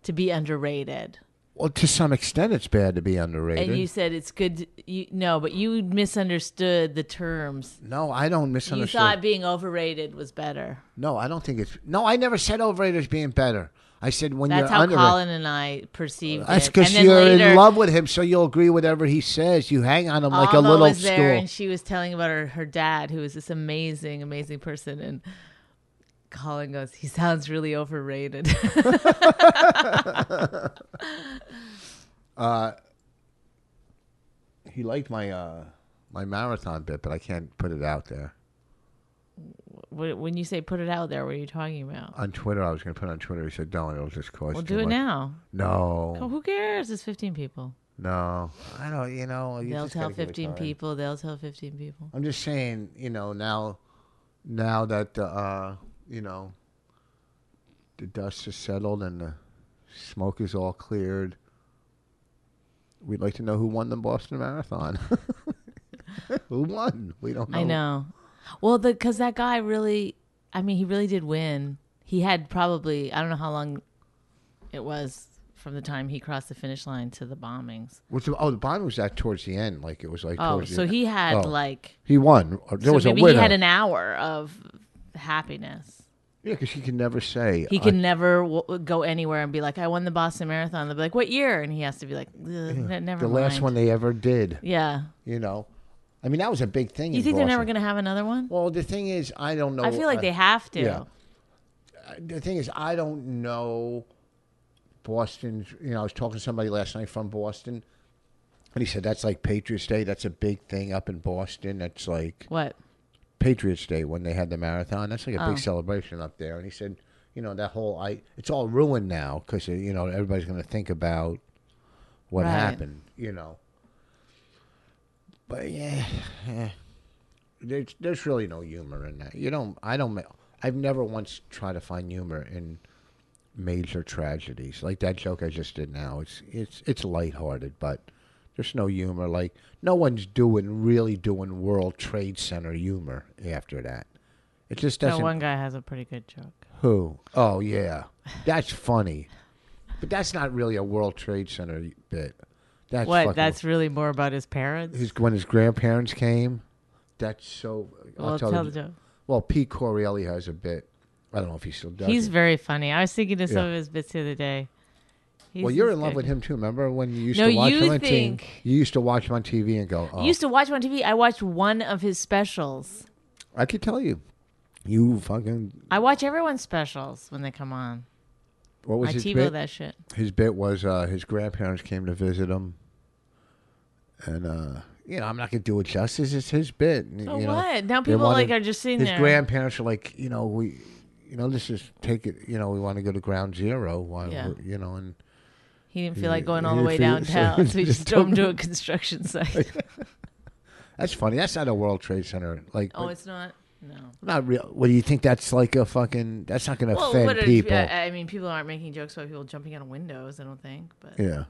to be underrated.
Well, to some extent, it's bad to be underrated.
And you said it's good to, you no, but you misunderstood the terms.
no, I don't
You
misunderstand.
thought being overrated was better.
no, I don't think it's. No, I never said overrated is being better. I said when
That's
you're
how
underrated.
Colin and I perceived
That's
it. And
because
then
you're
later,
in love with him, so you'll agree whatever he says. You hang on him like a
Alma
little
was there
stool.
and she was telling about her, her dad who is this amazing amazing person and colin goes he sounds really overrated
he liked my uh, my marathon bit, but I can't put it out there.
wh- when you say put it out there, what are you talking about?
On Twitter, I was going to put it on Twitter. He said, "Don't. It'll just cost."
Well,
too
do it
much."
now. Oh,
No,
who cares? It's 15 people.
no. I don't. You know, you
They'll
just
tell
gotta give it
15
time.
people. They'll tell 15 people.
I'm just saying, you know, now, now that the, uh, you know, the dust has settled and the smoke is all cleared, we'd like to know who won the Boston Marathon. who won? We don't know.
I know. Well, the because that guy really, I mean, he really did win. He had probably I don't know how long it was from the time he crossed the finish line to the bombings.
What's the, oh, the bond was that towards the end. Like it was like.
Oh,
towards the
so he had
oh.
like
he won. Or There
so
was
maybe
a winner.
he had an hour of happiness.
yeah, because he can never say. uh,
He
I-
can never w- go anywhere and be like, "I won the Boston Marathon." They'll be like, "What year?" And he has to be like, "Ugh, ne- "Never."
the last
mind."
one they ever did.
Yeah.
You know, I mean that was a big thing.
You
in
think they're never
Boston.
going to have another one?
Well, the thing is, I don't know.
I feel like
uh,
they have to.
yeah. Uh, the thing is, I don't know Boston's. You know, I was talking to somebody last night from Boston, and he said that's like Patriots Day. That's a big thing up in Boston. That's like
What?
Patriots Day when they had the marathon. That's like a big celebration up there. And he said, you know, that whole I, it's all ruined now because you know everybody's going to think about what
Right.
happened. You know, but yeah, eh. there's there's really no humor in that. You don't. I don't. ma- I've never once tried to find humor in major tragedies like that joke I just did now. It's it's it's lighthearted, but there's no humor. Like no one's doing really doing World Trade Center humor after that. It just
No,
doesn't.
one guy has a pretty good joke.
Who? Oh yeah, that's funny, but that's not really a World Trade Center bit. That's
What?
fucking-
That's really more about his parents.
his when his grandparents came. That's so. I'll
well,
tell,
tell,
you-
the joke.
Well, Pete Corelli has a bit. I don't know if he still does.
He's
it.
very funny. I was thinking of some
Yeah.
of his bits the other day. He's-
well, you're
he's
in love
good.
with him too. Remember when you used
No,
to watch
you
him on TV?
think-
You used to watch him on TV and go, "Oh,
I used to watch him on TV. I watched one of his specials.
I could tell you, you fucking."
I watch everyone's specials when they come on.
What was
I
his
TiVo
bit?
that shit.
his bit was uh, his grandparents came to visit him, and uh, you know I'm not gonna do it justice. It's his bit. and,
So
you know,
Oh, what? Now
they
people,
wanted-
like, are just sitting
his
there.
grandparents are like, you know, we, you know, this is take it. You know, we want to go to ground zero. Why,
Yeah.
we're- you know, and
He didn't feel like
Yeah,
going all
he
the way
didn't feel-
downtown, so we
just
just drove
took
him to a construction site.
that's funny. That's not a World Trade Center. Like,
oh, it's not. No.
not real. What do you think? That's like a fucking. That's not gonna offend
but it-
people.
I I mean, people aren't making jokes about people jumping out of windows. I don't think, but
yeah.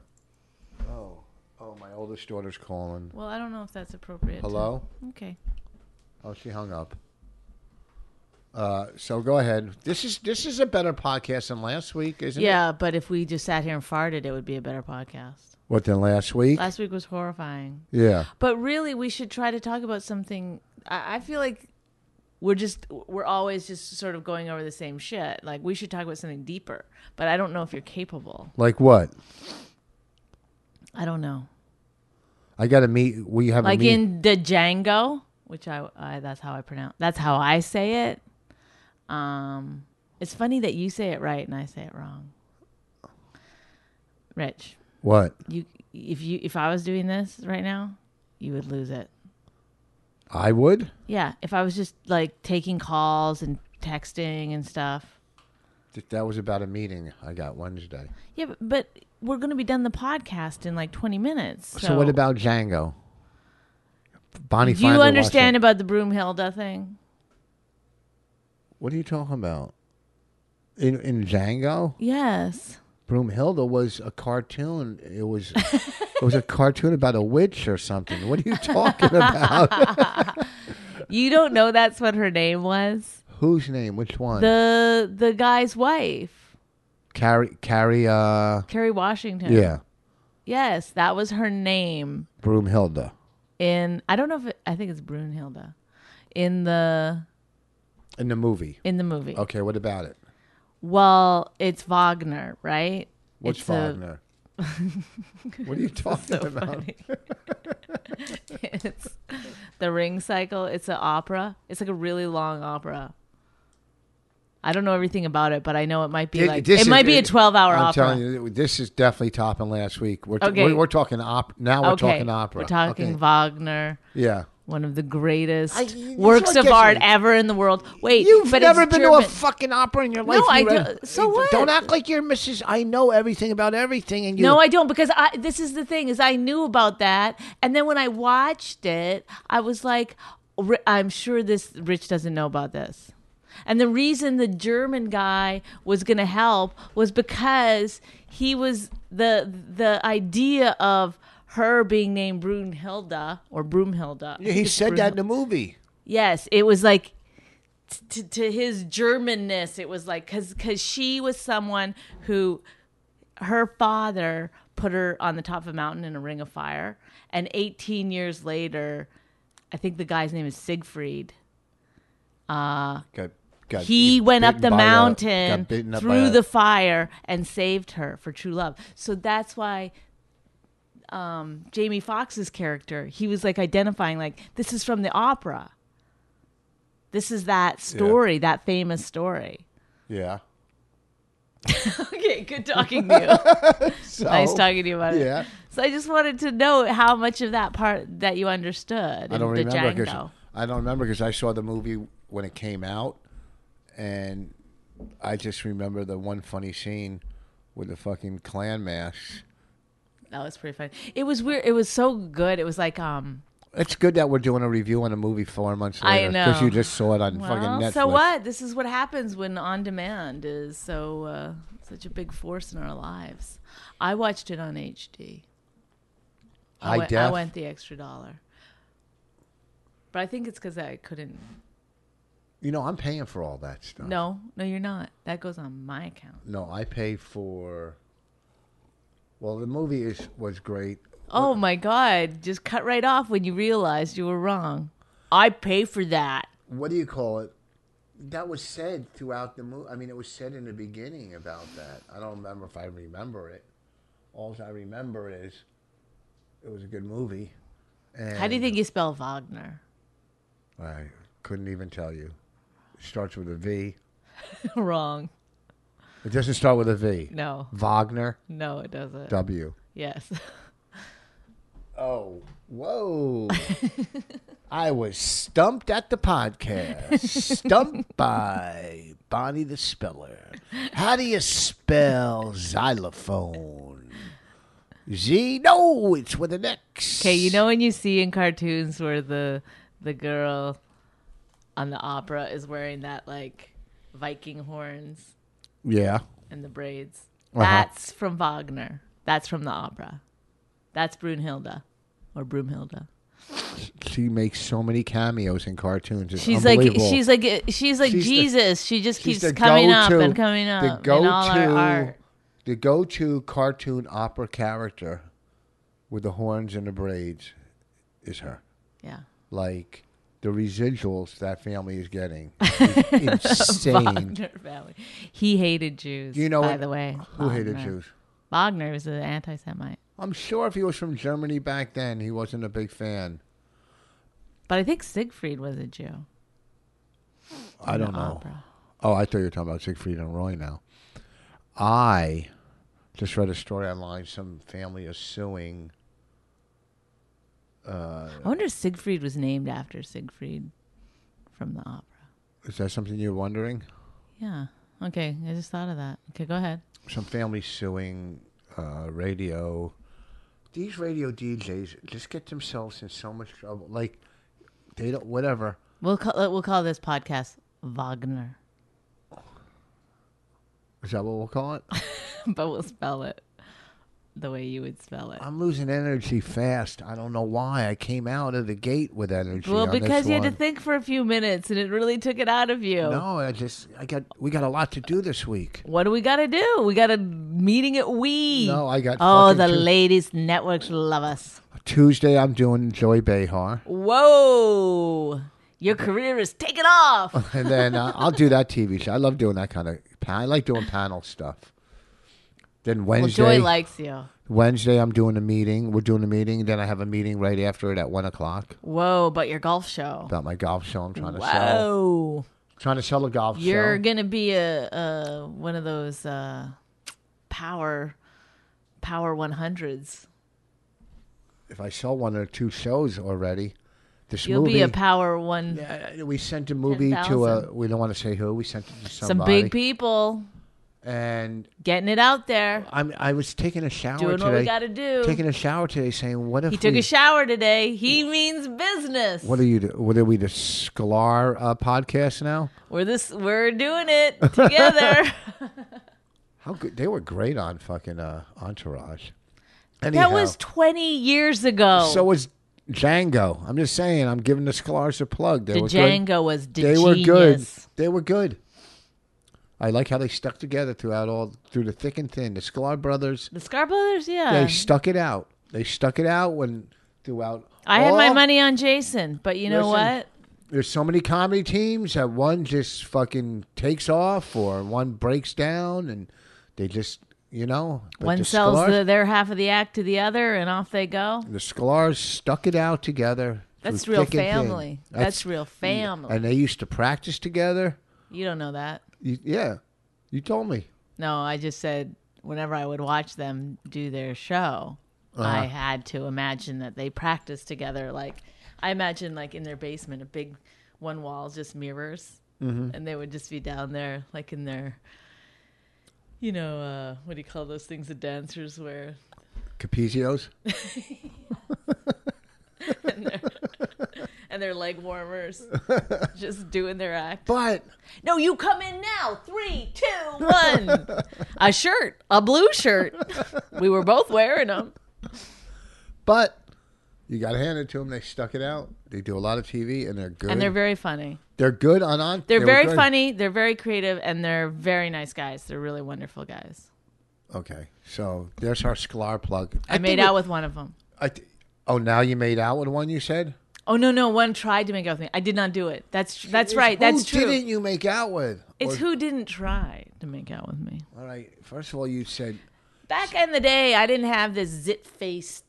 Oh, oh, my oldest daughter's calling.
well, I don't know if that's appropriate. to-
Hello.
Okay.
Oh, she hung up. Uh, so go ahead. This is this is a better podcast than last week, isn't it?
Yeah, but if we just sat here and farted, it would be a better podcast.
What than last week?
Last week was horrifying,
yeah.
but really, we should try to talk about something. I, I feel like we're just we're always just sort of going over the same shit. Like we should talk about something deeper, but I don't know if you're capable.
Like what?
I don't know.
I got to meet. We have
like
a meet.
in the Django, which I, I that's how I pronounce that's how I say it. Um, it's funny that you say it right and I say it wrong. Rich,
what?
you if you if I was doing this right now, you would lose it.
I would.
Yeah, if I was just like taking calls and texting and stuff.
Th- That was about a meeting I got Wednesday.
Yeah, but, but we're gonna be done the podcast in like twenty minutes. So,
So, what about Django? Bonnie. finally
Do you
watched
understand
it.
about the Broomhilda thing?
What are you talking about? In in Django,
Yes.
Broomhilda was a cartoon. It was it was a cartoon about a witch or something. What are you talking about?
You don't know that's what her name was?
Whose name? Which one?
the the guy's wife,
Carrie. Carrie. Uh,
Kerry Washington.
yeah,
Yes, that was her name
Broomhilda.
in I don't know if it, I think it's Brunhilda in the
In the movie.
in the movie.
Okay, what about it?
Well, it's Wagner, right?
What's
It's a-
Wagner? what are you talking
so
about?
funny. it's the Ring Cycle. It's an opera. It's like a really long opera. I don't know everything about it, but I know it might be
It-
like
this
it
is-
might be a
it-
twelve-hour
I'm
opera.
telling you, this is definitely topping last week. We're, t-
Okay.
we're, we're talking opera. Now we're
okay,
talking opera.
We're talking
Okay.
Wagner.
yeah.
one of the greatest
I- you-
works
that's what
of
gets
art
me.
ever in the world. Wait,
You've
but
never
it's
been
German.
to a fucking opera in your life.
No, I
You
do-
read-
so what?
Don't act like you're Mrs. I know everything about everything, and you.
No, I don't because I this is the thing is I knew about that and then when I watched it, I was like "Ri- I'm sure this Rich doesn't know about this. And the reason the German guy was going to help was because he was the the idea of her being named Brunhilde or Brumhilde.
Yeah, he said that in the movie.
Yes, it was like t- to, to his Germanness. It was like because because she was someone who her father put her on the top of a mountain in a ring of fire, and 18 years later, I think the guy's name is Siegfried.
Got, got
He
beat-
went up
bitten
the
by a-
mountain
got beaten up by
through
a-
the fire and saved her for true love. So that's why um, Jamie Foxx's character, he was like identifying like this is from the opera. This is that story, that famous story.
Yeah.
Okay, good talking to you.
So,
nice talking to you about it.
Oh, Yeah.
So I just wanted to know how much of that part that you understood.
I don't
in the
remember
Django.
because I don't remember 'cause I saw the movie when it came out, and I just remember the one funny scene with the fucking clan masks.
That was pretty funny. It was weird. It was so good. It was like um
It's good that we're doing a review on a movie four months
I
later
know.
you just saw it on fucking
Well,
Netflix.
so what? This is what happens when on demand is so uh, such a big force in our lives. I watched it on HD. I
High
went, I
def?
went the extra dollar, but I think it's because I couldn't.
You know, I'm paying for all that stuff.
No, no, you're not. That goes on my account.
No, I pay for. Well, the movie is was great.
Oh my god! Just cut right off when you realized you were wrong. I pay for that.
What do you call it? That was said throughout the movie. I mean, it was said in the beginning about that. I don't remember if I remember it. All I remember is it was a good movie. And
How do you think you spell Wagner?
I couldn't even tell you. It starts with a V.
wrong.
It doesn't start with a V.
No,
Wagner
no, it doesn't.
W.
Yes.
Oh, whoa. I was stumped at the podcast. Stumped by Bonnie the Speller. How do you spell xylophone? Z? No, it's with an X.
Okay, you know when you see in cartoons where the the girl on the opera is wearing that like Viking horns
Yeah.
and the braids?
Uh-huh.
That's from Wagner. That's from the opera. That's Brunhilde or Brumhilde.
She makes so many cameos in cartoons. It's
She's like
unbelievable.
she's like she's like
She's the-
Jesus. she just
She's
keeps
the
coming
go-to-
up and coming up
The
in all her
go-to-
art.
The go-to cartoon opera character with the horns and the braids is her.
Yeah.
like the residuals that family is getting is insane.
Wagner family. He hated Jews.
You know
by
what-
the way,
Who hated
Wagner.
Jews?
Wagner was an anti-Semite.
I'm sure if he was from Germany back then, he wasn't a big fan.
But I think Siegfried was a Jew.
I don't know.
opera.
Oh, I thought you were talking about Siegfried and Roy now. I just read a story online. Some family is suing.
I wonder if Siegfried was named after Siegfried from the opera.
Is that something you're wondering?
Yeah. Okay. I just thought of that. Okay, go ahead.
Some family suing uh, radio. These radio DJs just get themselves in so much trouble. Like, they don't, whatever.
We'll call uh, we'll call this podcast Wagner,
Is that what we'll call it?
but we'll spell it the way you would spell it.
I'm losing energy fast. I don't know why. I came out of the gate with energy.
well,
on this
because you had to
one.
think for a few minutes, and it really took it out of you.
No, I just I got we got a lot to do this week.
What do we got to do? We got a meeting at We.
No, I got
Oh,
fucking
the
two-
ladies' networks love us.
Tuesday, I'm doing Joy Behar,
Whoa, your career is taking off.
and then uh, I'll do that TV show. I love doing that kind of. I like doing panel stuff. Then
well,
Wednesday,
Joy likes you.
Wednesday, I'm doing a meeting. We're doing a meeting. Then I have a meeting right after it at one o'clock
Whoa, but your golf show.
about my golf show. I'm trying to sell,
Whoa.
trying to sell a golf
You're
show.
going to be a, a one of those uh, power power 100s.
if I saw one or two shows already, This
You'll
movie.
be a power one.
uh, we sent a movie to a.
10,000.
We don't want to say who. We sent it to
Some
somebody.
big people
And
getting it out there.
I'm. I was taking a shower
Doing
today.
what we gotta do.
Taking a shower today, saying, "What if
He took
we-
a shower today. He means business.
What are you? do- What are we? The Scholar uh, podcast now?
We're this. We're doing it together.
How good they were great on fucking uh, Entourage. Anyhow,
that was 20 years ago.
so was Django. I'm just saying. I'm giving the Scholars a plug. They
the
were
Django
good.
was the
They were good.
genius.
They were good. I like how they stuck together throughout all through the thick and thin. The Scholar brothers.
The Scar Brothers, yeah.
They stuck it out. They stuck it out when throughout.
I had my
all-
money on Jason, but you know
Listen,
what?
There's so many comedy teams that one just fucking takes off or one breaks down and they just you know but
One
the
sells the,
Scolars-
their half of the act to the other, and off they go.
the Scolars stuck it out together. through
That's real
thick and thin.
family. That's, real family.
And they used to practice together.
you don't know that.
You, yeah, you told me.
No, I just said whenever I would watch them do their show,
Uh-huh.
I had to imagine that they practiced together. Like I imagine, like in their basement, a big one wall is just mirrors,
Mm-hmm.
and they would just be down there, like in their, you know, uh, what do you call those things the dancers wear?
Capizios.
And their leg warmers, just doing their act.
But
No, you come in now. Three, two, one. a shirt, a blue shirt. We were both wearing them.
but you got to hand it to them. They stuck it out. They do a lot of TV and they're good.
And they're very funny.
they're good on on.
They're
they were
very
good.
funny. They're very creative, and they're very nice guys. They're really wonderful guys.
Okay, so there's our Sklar plug.
I, made out with one of them.
I th- oh, now you made out with one. You said
Oh no, no, one tried to make out with me. I did not do it. That's tr- that's right.
Who
That's true.
Didn't you make out with?
it's
Or-
who didn't try to make out with me.
All right. First of all, you said
Back in the day, I didn't have this zit face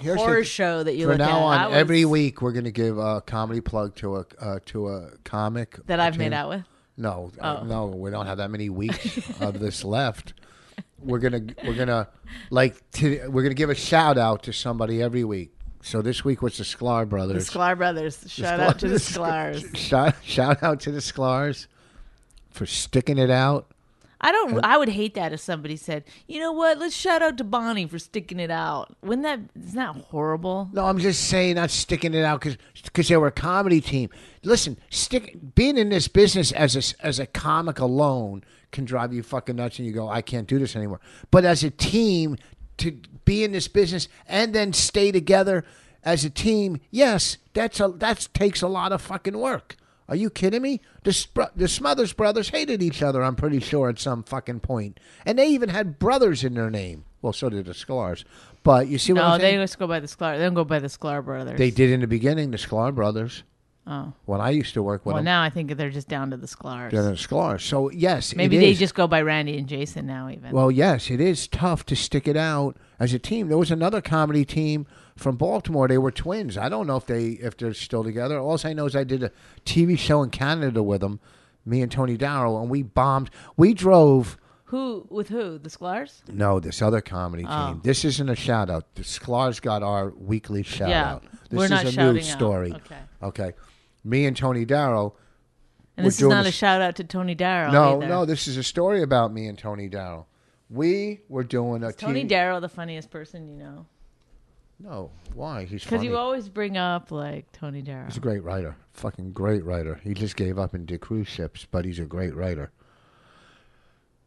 here's
horror
the-
show that you
For
look
now
at. I
on,
was-
every week we're gonna give a comedy plug to a uh, to a comic
that I've made
team.
out with. Oh.
No, uh, no, we don't have that many weeks of this left. We're gonna we're gonna like to, we're gonna give a shout out to somebody every week. So this week was the Sklar
The
brothers.
Sklar brothers. Shout out to the Sklars.
shout, shout out to the Sklars for sticking it out.
I don't. I would hate that if somebody said, "You know what? Let's shout out to Bonnie for sticking it out." Wouldn't that? Isn't that horrible?
No, I'm just saying not sticking it out because they were a comedy team. Listen, stick being in this business as a, s- as a comic alone can drive you fucking nuts, and you go, I can't do this anymore. But as a team, to be in this business and then stay together as a team, yes, that's a that takes a lot of fucking work. Are you kidding me? The, Spr- the Smothers brothers hated each other, I'm pretty sure, at some fucking point. And they even had brothers in their name. Well, so did the Sklars. But you see what
No,
I'm saying?
they just go by the Sklar. They don't go by the Sklar brothers.
They did in the beginning, the Sklar brothers.
Oh.
When I used to work with
Well,
them,
now I think they're just down to the Sklars.
they're the Sklars. So yes, it
Maybe they
is-
just go by Randy and Jason now. Even
Well, yes, it is tough to stick it out as a team. There was another comedy team from Baltimore. They were twins. I don't know if they if they're still together. All I know is I did a TV show in Canada with them, me and Tony Darrow, and we bombed. We drove.
who with who? The Sklars?
No, this other comedy team. This isn't a shout out. The Sklar's got our weekly shout
Oh. Yeah.
out. This
We're
is
not
a
shouting
new
out.
story.
Okay.
Okay. Me and Tony Darrow.
And
We're
this is
doing
not
this-
a shout out to Tony Darrow.
No,
either.
no, this is a story about me and Tony Darrow. We were doing a
Tony
TV
Darrow, the funniest person you know,
No, why? He's
because
funny.
you always bring up like Tony Darrow.
he's a great writer. Fucking great writer. He just gave up and did cruise ships, but he's a great writer.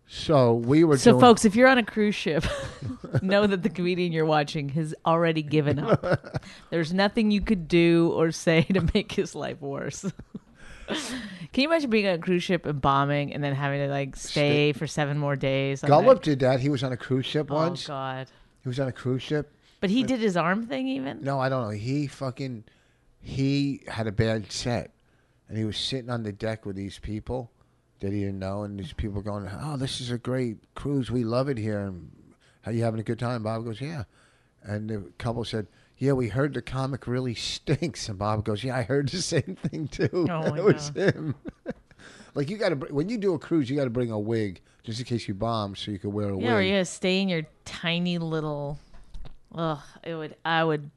So we were
So,
doing
folks, if you're on a cruise ship, know that the comedian you're watching has already given up. There's nothing you could do or say to make his life worse. Can you imagine being on a cruise ship and bombing and then having to like stay for seven more days? on
Gullip
that-
did that. He was on a cruise ship
Oh,
once.
God.
He was on a cruise ship.
But he did his arm thing even?
No, I don't know. He fucking he had a bad set, and he was sitting on the deck with these people that he didn't know, and these people were going, "Oh, this is a great cruise. We love it here. And are you having a good time?" Bob goes, "Yeah," and the couple said. Yeah, we heard the comic really stinks, and Bob goes, "Yeah, I heard the same thing too."
my
it was
God.
him. like you got to when you do a cruise, you got to bring a wig just in case you bomb, so you can wear a
Yeah, or
wig.
you're going to stay in your tiny little. Ugh, it would. I would.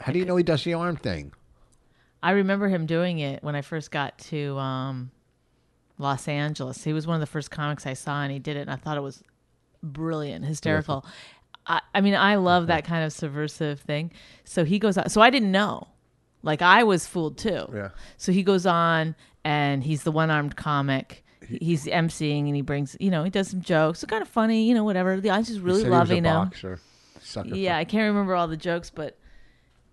How do you know he does the arm thing?
I remember him doing it when I first got to um, Los Angeles. He was one of the first comics I saw, and he did it, and I thought it was brilliant, hysterical. I, I mean, I love that kind of subversive thing. So he goes out. So I didn't know. Like I was fooled too.
Yeah.
So he goes on, and he's the one armed comic. He's emceeing, and he brings, you know, he does some jokes. It's kind of funny, you know, whatever. The audience is really
Said
loving
he was a
him.
boxer. Sucker.
Yeah, I can't remember all the jokes, but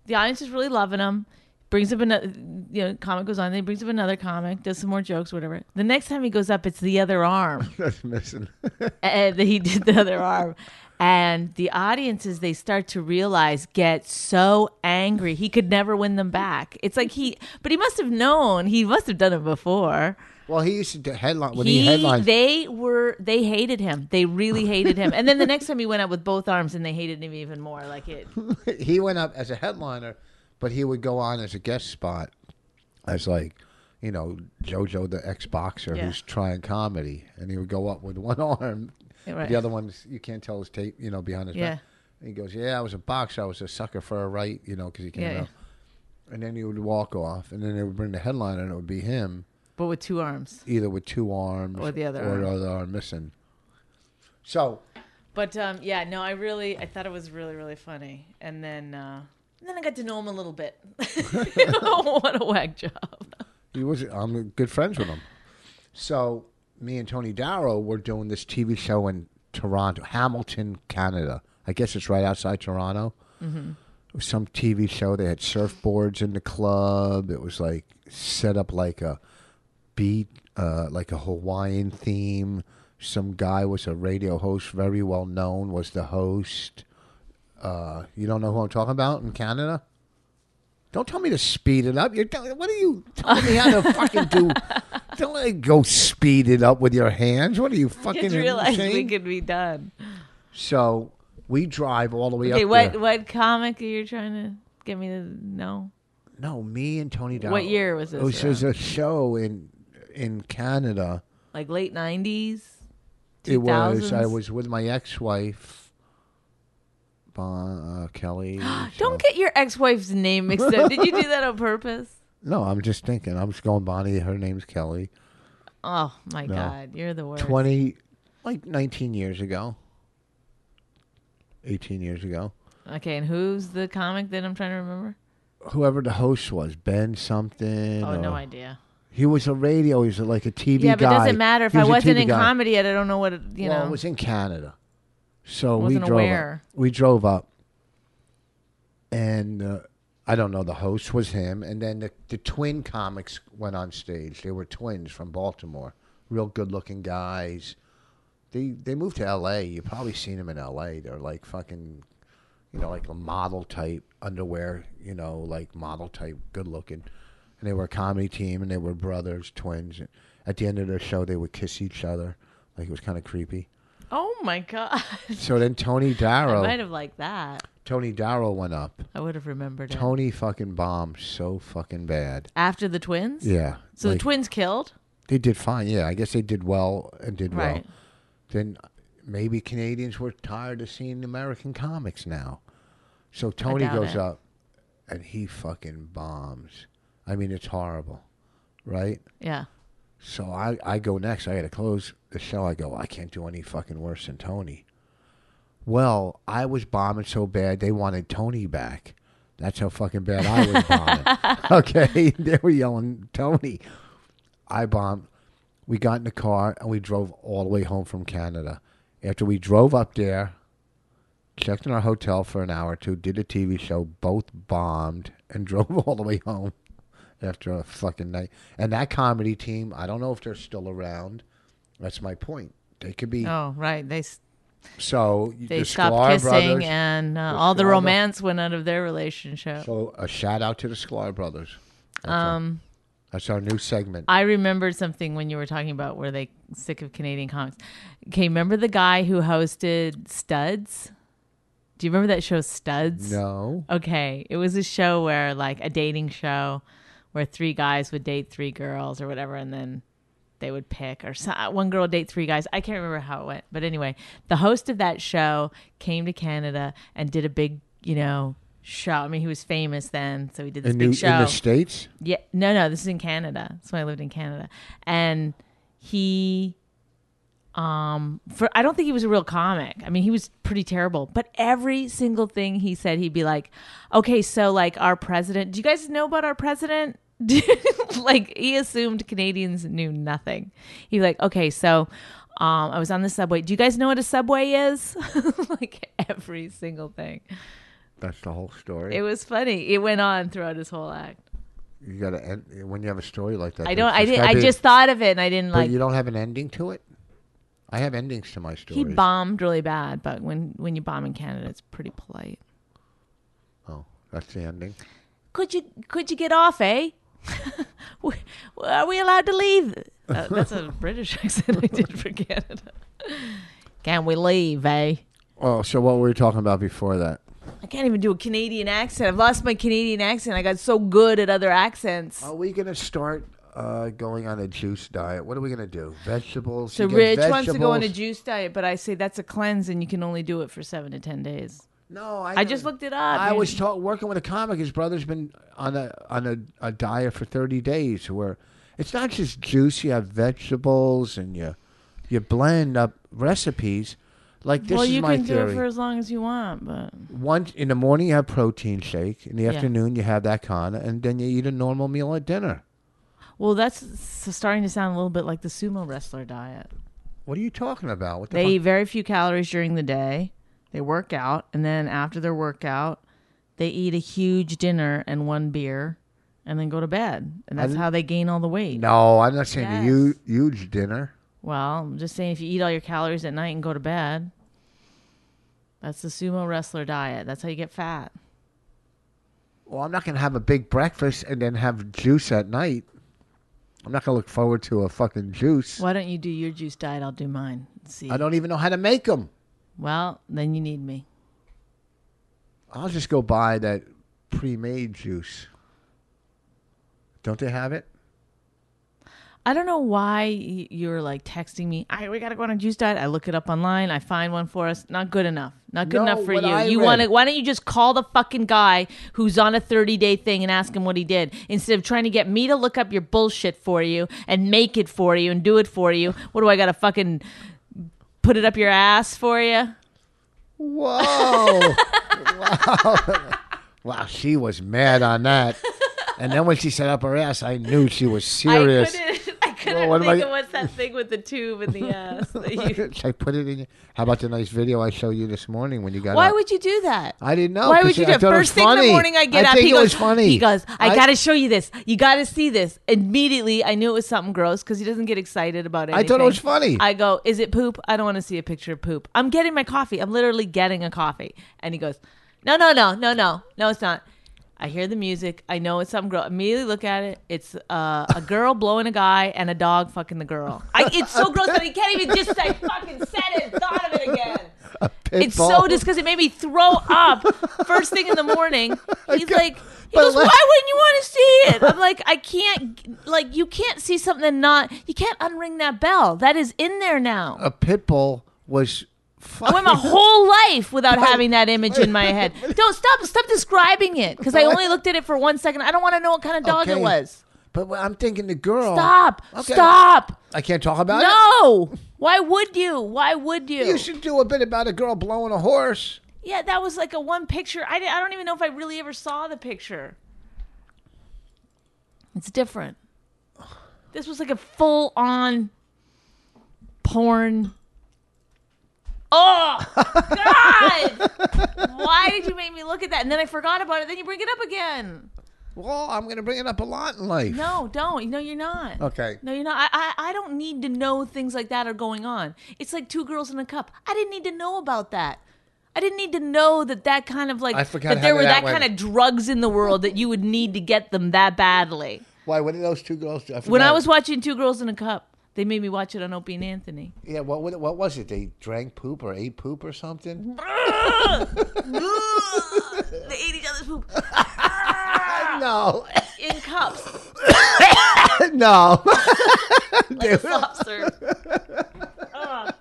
the audience is really loving him. Brings up another, you know, comic goes on. Then he brings up another comic, does some more jokes, whatever. The next time he goes up, it's the other arm.
That's missing.
and he did the other arm, and the audiences they start to realize get so angry he could never win them back. It's like he, but he must have known. He must have done it before
well, he used to do headline when he,
he,
headlined.
they were they hated him. They really hated him. And then the next time he went out with both arms, and they hated him even more. Like it,
he went up as a headliner, but he would go on as a guest spot as like, you know, JoJo the ex boxer
Yeah.
who's trying comedy, and he would go up with one arm,
Right.
the other one's you can't tell his tape, you know, behind his back. And he goes, "Yeah, I was a boxer. I was a sucker for a right, you know, because he came
Yeah, yeah.
out." And then he would walk off, and then they would bring the headliner, and it would be him
but with two arms.
either with two arms
Or the other
or
arm.
the other arm missing. So
But um, yeah, no, I really I thought it was really really funny. And then uh, and then I got to know him a little bit. what a whack job.
He was. I'm good friends with him. So me and Tony Darrow were doing this TV show in Toronto, Hamilton, Canada. I guess it's right outside Toronto. It was some TV show. They had surfboards in the club. It was like set up like a beat, uh, like a Hawaiian theme. Some guy was a radio host, very well known, was the host. Uh, you don't know who I'm talking about in Canada? Don't tell me to speed it up. You're tell- what are you telling me how to fucking do? Don't let it go speed it up with your hands. What are you
I
fucking
just realized we
insane?
could be done.
So we drive all the way
Okay,
up
what
there.
what comic are you trying to get me to know?
No, me and Tony Darrow.
year was this
It was, was a show in in Canada.
Like late nineties.
It was. I
2000s?
was with my ex-wife, Bon uh, Kelly. so-
Don't get your ex-wife's name mixed up. Did you do that on purpose?
No, I'm just thinking. I'm just going Bonnie. Her name's Kelly.
Oh my God, you're the worst.
Twenty, like nineteen years ago. Eighteen years ago,
Okay, and who's the comic that I'm trying to remember?
whoever the host was, Ben something.
Oh,
or-
no idea.
He was a radio. He was like a TV
Yeah, but
guy.
it doesn't matter if
He
I
was a
wasn't
TV
in
guy.
comedy yet. I don't know what it- you
well,
know.
it was in Canada, so we
Wasn't
drove.
aware.
Up. We drove up, and uh, I don't know. The host was him, and then the the twin comics went on stage. They were twins from Baltimore, real good looking guys. They they moved to L.A. You probably seen them in L.A. They're like fucking, you know, like a model type underwear. You know, like model type, good looking. And they were a comedy team, and they were brothers, twins. At the end of their show, they would kiss each other. Like it was kind of creepy.
oh my God,
So then Tony
I might
Darrow,
have liked that.
Tony Darrow went up.
I would have remembered it.
Tony fucking bombed so fucking bad.
After the twins.
Yeah.
So
like,
the twins killed.
they did fine. Yeah, I guess they did well and did well.
Right.
Then maybe Canadians were tired of seeing American comics now. So Tony
doubt
goes
it.
up and he fucking bombs. I mean, it's horrible, right?
Yeah.
So I, I go next. I got to close the show. I go, I can't do any fucking worse than Tony. Well, I was bombing so bad they wanted Tony back. That's how fucking bad I was bombing. okay, they were yelling Tony. I bombed. We got in the car and we drove all the way home from Canada. After we drove up there, checked in our hotel for an hour or two, did a TV show, both bombed, and drove all the way home after a fucking night. And that comedy team, I don't know if they're still around. That's my point. They could be.
Oh right, they s-
So you-
they
the
stopped
Sklar
kissing,
brothers.
and uh, all the
Sklar bro-
romance went out of their relationship.
so a shout out to the Sklar brothers. That's
Um,
our, that's our new segment.
I remembered something when you were talking about were they sick of Canadian comics. Okay, remember the guy who hosted Studs? Do you remember that show Studs?
no.
Okay, it was a show where like a dating show where three guys would date three girls or whatever and then they would pick or so, uh, one girl would date three guys. I can't remember how it went, but anyway, the host of that show came to Canada and did a big, you know, show. I mean, he was famous then, so he did this
in,
big
New,
show.
in the states.
Yeah, no, no, this is in Canada. That's when I lived in Canada, and he, um, for I don't think he was a real comic. I mean, he was pretty terrible. But every single thing he said, he'd be like, "Okay, so like our president. Do you guys know about our president?" like he assumed Canadians knew nothing. He like, okay, so. Um, I was on the subway. Do you guys know what a subway is? like every single thing.
That's the whole story.
It was funny. It went on throughout his whole act.
you got to end when you have a story like that.
I
that's
don't. I did.
gotta
I
be-
just thought of it, and I didn't
But
like.
you don't have an ending to it. I have endings to my
He
stories.
bombed really bad, but when when you bomb in Canada, it's pretty polite.
oh, that's the ending.
Could you could you get off, eh? W- Are we allowed to leave? Uh, that's a British accent I did for Canada. Can we leave, eh?
Oh, so what were we talking about before that?
I can't even do a Canadian accent. I've lost my Canadian accent. I got so good at other accents.
Are we gonna start uh, going on a juice diet? What are we gonna do? Vegetables.
so
You get
Rich wants to go on a
vegetables.
juice diet, but I say that's a cleanse, and you can only do it for seven to ten days.
No, I,
I just
don't-
looked it up.
I
You-
was talk, working with a comic. His brother's been on a on a, a diet for thirty days, where it's not just juice. You have vegetables, and you you blend up recipes. Like this
well,
is
you
my
can do
theory.
it for as long as you want, but
Once in the morning you have protein shake, in the
Yeah.
afternoon you have that kind, and then you eat a normal meal at dinner.
well, that's s- starting to sound a little bit like the sumo wrestler diet.
What are you talking about? What the
They
fuck?
eat very few calories during the day. They work out, and then after their workout, they eat a huge dinner and one beer, and then go to bed. And that's how they gain all the weight.
No, I'm not saying a
Yes.
huge, huge dinner.
Well, I'm just saying if you eat all your calories at night and go to bed, that's the sumo wrestler diet. That's how you get fat.
Well, I'm not going to have a big breakfast and then have juice at night. I'm not going to look forward to a fucking juice.
Why don't you do your juice diet? I'll do mine. Let's see.
I don't even know how to make them.
Well, then you need me.
I'll just go buy that pre-made juice. Don't they have it?
I don't know why y- you're like texting me. I we gotta go on a juice diet. I look it up online. I find one for us. Not good enough. Not good
No,
enough for
what
you.
I
you
read-
want to? Why don't you just call the fucking guy who's on a 30 day thing and ask him what he did instead of trying to get me to look up your bullshit for you and make it for you and do it for you? What do I gotta fucking put it up your ass for you?
Whoa! wow. wow, she was mad on that. And then when she set up her ass, I knew she was serious.
I couldn't. I couldn't
Well, what am
think
I-
of what's that thing with the tube in the ass. That you,
Should I put it in. your- How about the nice video I showed you this morning when you got
why
up?
would you do that?
I didn't know.
Why
'cause
would you
I
do it?
thought it was
First thing in the
funny.
morning, I get
I
up.
think
he
it
goes,
was funny.
He goes, I,
I-
got to show you this. You got to see this. Immediately, I knew it was something gross because he doesn't get excited about anything.
I thought it was funny.
I go, is it poop? I don't want to see a picture of poop. I'm getting my coffee. I'm literally getting a coffee. And he goes, no, no, no, no, no, no, it's not. I hear the music. I know it's something gross. Immediately look at it. It's uh, a girl blowing a guy and a dog fucking the girl. I, it's so gross that I can't even just I fucking said it, thought of it again.
Pit
It's
bull.
so disgusting. It made me throw up first thing in the morning. He's like, he
But
goes,
let-
why wouldn't you want to see it? I'm like, I can't, like, you can't see something and not, you can't unring that bell. That is in there now.
A pit bull was
I
fucking.
went my whole life without having that image in my head. Don't stop, stop describing it because I only looked at it for one second. I don't want to know what kind of dog it
Okay.
was.
But I'm thinking the girl.
Stop,
Okay.
stop.
I can't talk about it.
No. Why would you? Why would you?
You should do a bit about a girl blowing a horse.
Yeah, that was like a one picture. I, di- I don't even know if I really ever saw the picture. It's different. This was like a full on porn. Oh, God! Why did you make me look at that? And then I forgot about it. Then you bring it up again.
Well, I'm going to bring it up a lot in life.
No, don't. No, you're not.
Okay.
No, you're not. I, I, I don't need to know things like that are going on. It's like two girls in a cup. I didn't need to know about that. I didn't need to know that that kind of like
I forgot
that
how
there were
that
that, kind
went.
of drugs in the world that you would need to get them that badly.
Why? What did those two girls do?
When I
forgot.
was watching Two Girls in a Cup, they made me watch it on Opie and Anthony.
Yeah, what, what what was it? They drank poop or ate poop or something?
They ate each other's poop
No,
in cups,
no.
like a soft serve. Ugh.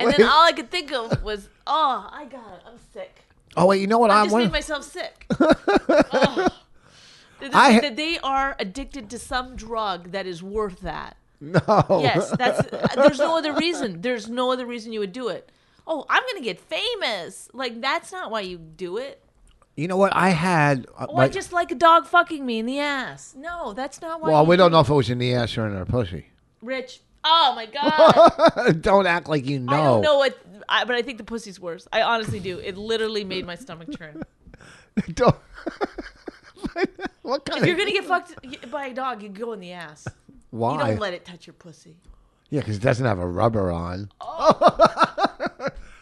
And then all I could think of was, oh, I got it. I'm sick.
Oh wait, you know what
I
I
just made
want?
myself sick. Ugh. That-
I ha-
that they are addicted to some drug that is worth that.
no.
Yes, that's. There's no other reason. There's no other reason you would do it. Oh, I'm gonna get famous. Like that's not why you do it.
You know what I had? uh,
Oh, I
my-
just like a dog fucking me in the ass. No, that's not why.
well,
you
we
do
don't
it.
know if it was in the ass or in her pussy.
Rich. Oh my god.
don't act like you know.
I don't know what, I, but I think the pussy's worse. I honestly do. It literally made my stomach turn.
Don't- what kind
If
of
you're gonna get fucked by a dog, you go in the ass. You
why?
don't let it touch your pussy.
yeah, because it doesn't have a rubber on.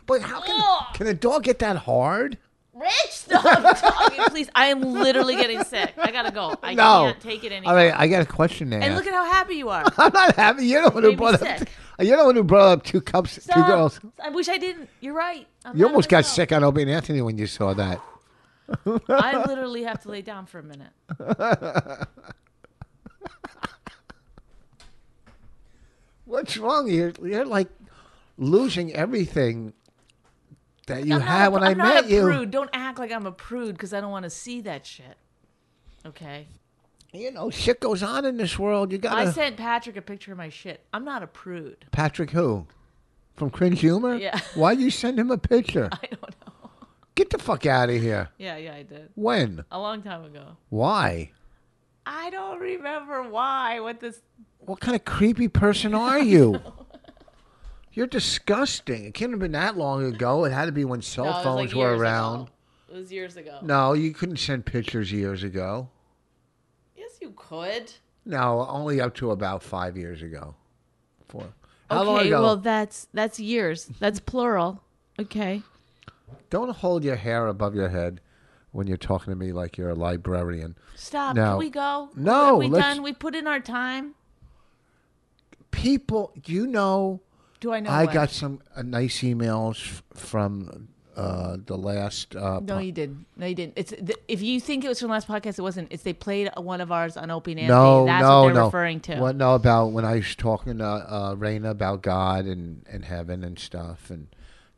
but how can
Oh. Ugh.
can a dog get that hard?
Rich, stop talking, please. I am literally getting sick. I gotta go. I
no,
can't take it
I
anymore.
mean, I got a question to
And
ask.
look at how happy you are.
I'm not happy. You're the one
made
who
me
brought up.
sick.
You're the one who brought up two cups, two
Stop.
girls.
I wish I didn't. You're right. I'm
You
mad at
almost got
myself.
sick on Obie and Anthony when you saw that.
I literally have to lay down for a minute.
What's wrong? You're you're like losing everything that you
I'm not
had
a-
when
I'm
I
not
met
a
you.
Prude. Don't act like I'm a prude because I don't want to see that shit. Okay.
You know, shit goes on in this world. You
I
gotta
sent Patrick a picture of my shit. I'm not a prude.
Patrick who? From Cringe Humor?
Yeah.
Why'd you send him a picture?
I don't know.
Get the fuck out of here.
Yeah, yeah, I did.
When?
A long time ago.
Why?
I don't remember why. What this?
What kind of creepy person are you? You're disgusting. It couldn't have been that long ago. It had to be when cell
No, it was,
phones
like,
were
years ago.
around.
It was years ago.
No, you couldn't send pictures years ago.
Yes, you could.
No, only up to about five years ago. Four. How long
okay,
ago?
well that's that's years. That's plural. Okay.
Don't hold your hair above your head when you're talking to me like you're a librarian.
Stop.
No.
Can we go?
No,
Are we
let's-
done? We put in our time.
People, do you know?
Do I know?
I
what?
got some uh, nice emails f- from uh, the last. Uh,
No, you didn't. No, you didn't. It's th- if you think it was from the last podcast, it wasn't. It's they played one of ours on Opie and Anthony.
no,
That's
no,
what they're
no.
referring to.
What? No, about when I was talking to uh, Raina about God and, and heaven and stuff, and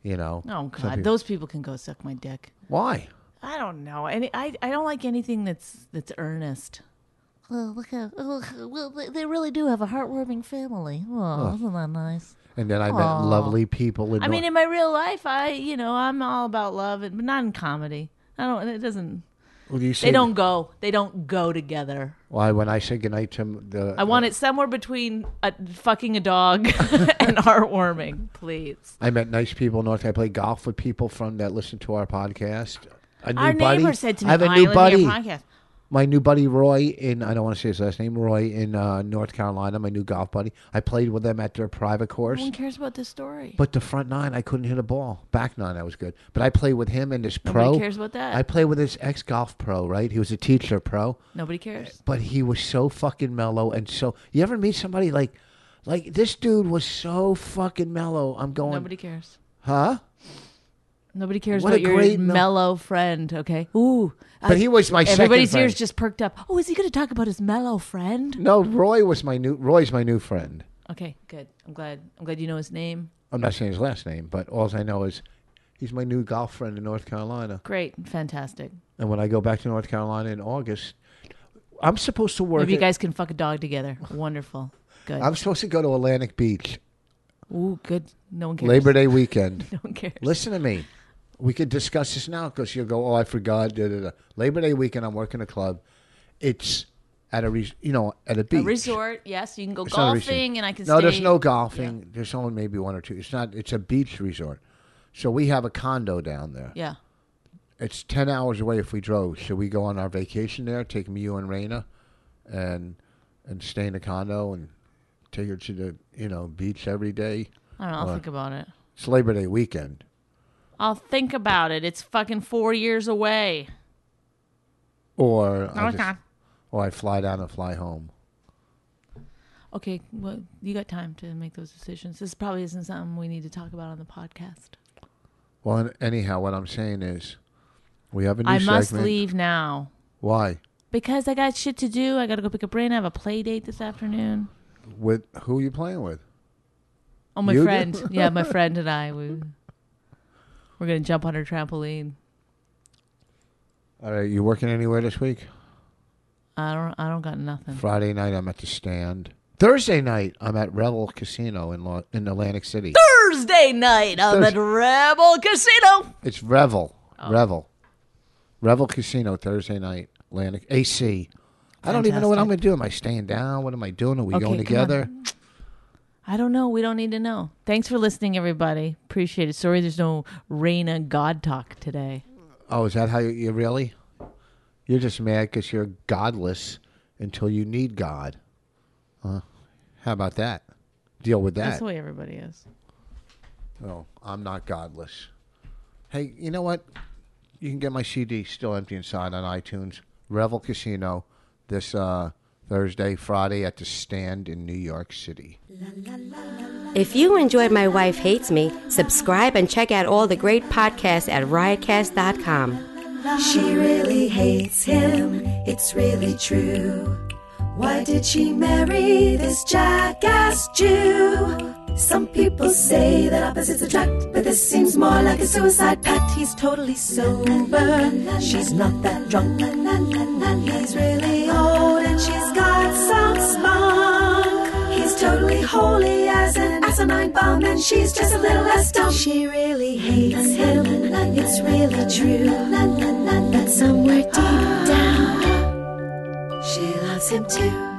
you know.
Oh
some
God,
people-
those people can go suck my dick.
Why?
I don't know. Any, I I don't like anything that's that's earnest. Oh, look how, oh, well, they- they really do have a heartwarming family. Oh, isn't that nice?
And then I met lovely people. In
I
Nor-
mean, in my real life, I you know I'm all about love, but not in comedy. I don't. It doesn't.
Well, you say
They don't go. They don't go together.
Why? When I say goodnight to m- the, uh,
I want it somewhere between a, fucking a dog and heartwarming, please.
I met nice people in North. I play golf with people from that listen to our podcast. A new
Our
buddy.
neighbor said to me,
I have a
"I
new
love
buddy.
your podcast."
my new buddy Roy in I don't want to say his last name Roy in uh, North Carolina, my new golf buddy. I played with them at their private course.
No one cares about this story.
But the front nine, I couldn't hit a ball. Back nine, I was good. But I played with him and this
Nobody
pro.
cares about that.
I played with this ex golf pro, right? He was a teacher pro,
Nobody cares.
but he was so fucking mellow and so. You ever meet somebody like, like this dude was so fucking mellow? I'm going,
Nobody cares.
huh?
Nobody cares
What a
about your
great mel-
mellow friend. Okay. Ooh.
But
I-
he was my second
Everybody's
friend.
ears just perked up. Oh, is he going to talk about his mellow friend?
No, Roy was my new. Roy's my new friend.
Okay. Good. I'm glad. I'm glad you know his name.
I'm not saying his last name, but all I know is he's my new golf friend in North Carolina.
Great. Fantastic.
And when I go back to North Carolina in August, I'm supposed to work.
Maybe you
at-
guys can fuck a dog together. Wonderful. Good.
I'm supposed to go to Atlantic Beach
Ooh. Good. No one cares.
Labor Day weekend.
No one cares.
Listen to me. We could discuss this now because you'll go, oh, I forgot. Da, da, da. Labor Day weekend, I'm working a club. It's at a res- you know at a beach.
A resort. Yes. You can go
It's not a resort.
golfing and I can
no,
stay.
there's no golfing. There's only maybe one or two. It's not. It's a beach resort. So we have a condo down there.
Yeah.
It's ten hours away if we drove. Should we go on our vacation there? Take me, you, and Raina, and and stay in the condo and take her to the you know beach every day.
I don't know. I'll think about it.
It's Labor Day weekend.
I'll think about it. It's fucking four years away.
Or
No,
I
it's not.
or I fly down and fly home.
Okay, well, you got time to make those decisions. This probably isn't something we need to talk about on the podcast.
Well, an- anyhow, what I'm saying is, we have a new
I
segment.
must leave now
Why?
because I got shit to do. I got to go pick up Brandon. I have a play date this afternoon.
With who are you playing with?
Oh, my
You do?
friend. yeah, my friend and I. We, we're going to jump on her trampoline.
All right, you working anywhere this week?
I don't. I don't got nothing.
Friday night, I'm at the stand. Thursday night, I'm at Rebel Casino in Lo- in Atlantic City.
Thursday night, I'm
Thurs-
at Rebel Casino.
It's Revel,
Oh.
Revel, Revel Casino Thursday night, Atlantic AC. I don't even know what I'm going to do. Am I staying down? What am I doing? Are we
Okay,
going
come on.
together?
I don't know. We don't need to know. Thanks for listening, everybody. Appreciate it. Sorry, there's no Raina God talk today.
Oh, is that how you, you really? You're just mad because you're godless until you need God. Huh? How about that? Deal with
That's
that.
the way everybody is.
oh, I'm not godless. Hey, you know what? You can get my CD still empty inside on iTunes. Revel Casino this uh, Thursday, Friday at the Stand in New York City.
If you enjoyed My Wife Hates Me, subscribe and check out all the great podcasts at riotcast.com.
She really hates him, it's really true. Why did she marry this jackass Jew? Some people say that opposites attract, but this seems more like a suicide pact. He's totally sober, she's not that drunk. He's really old and she's got some spunk. He's totally holy as an asinine bomb, and she's just a little less dumb. She really hates him, it's really true. But somewhere deep down, she loves him too.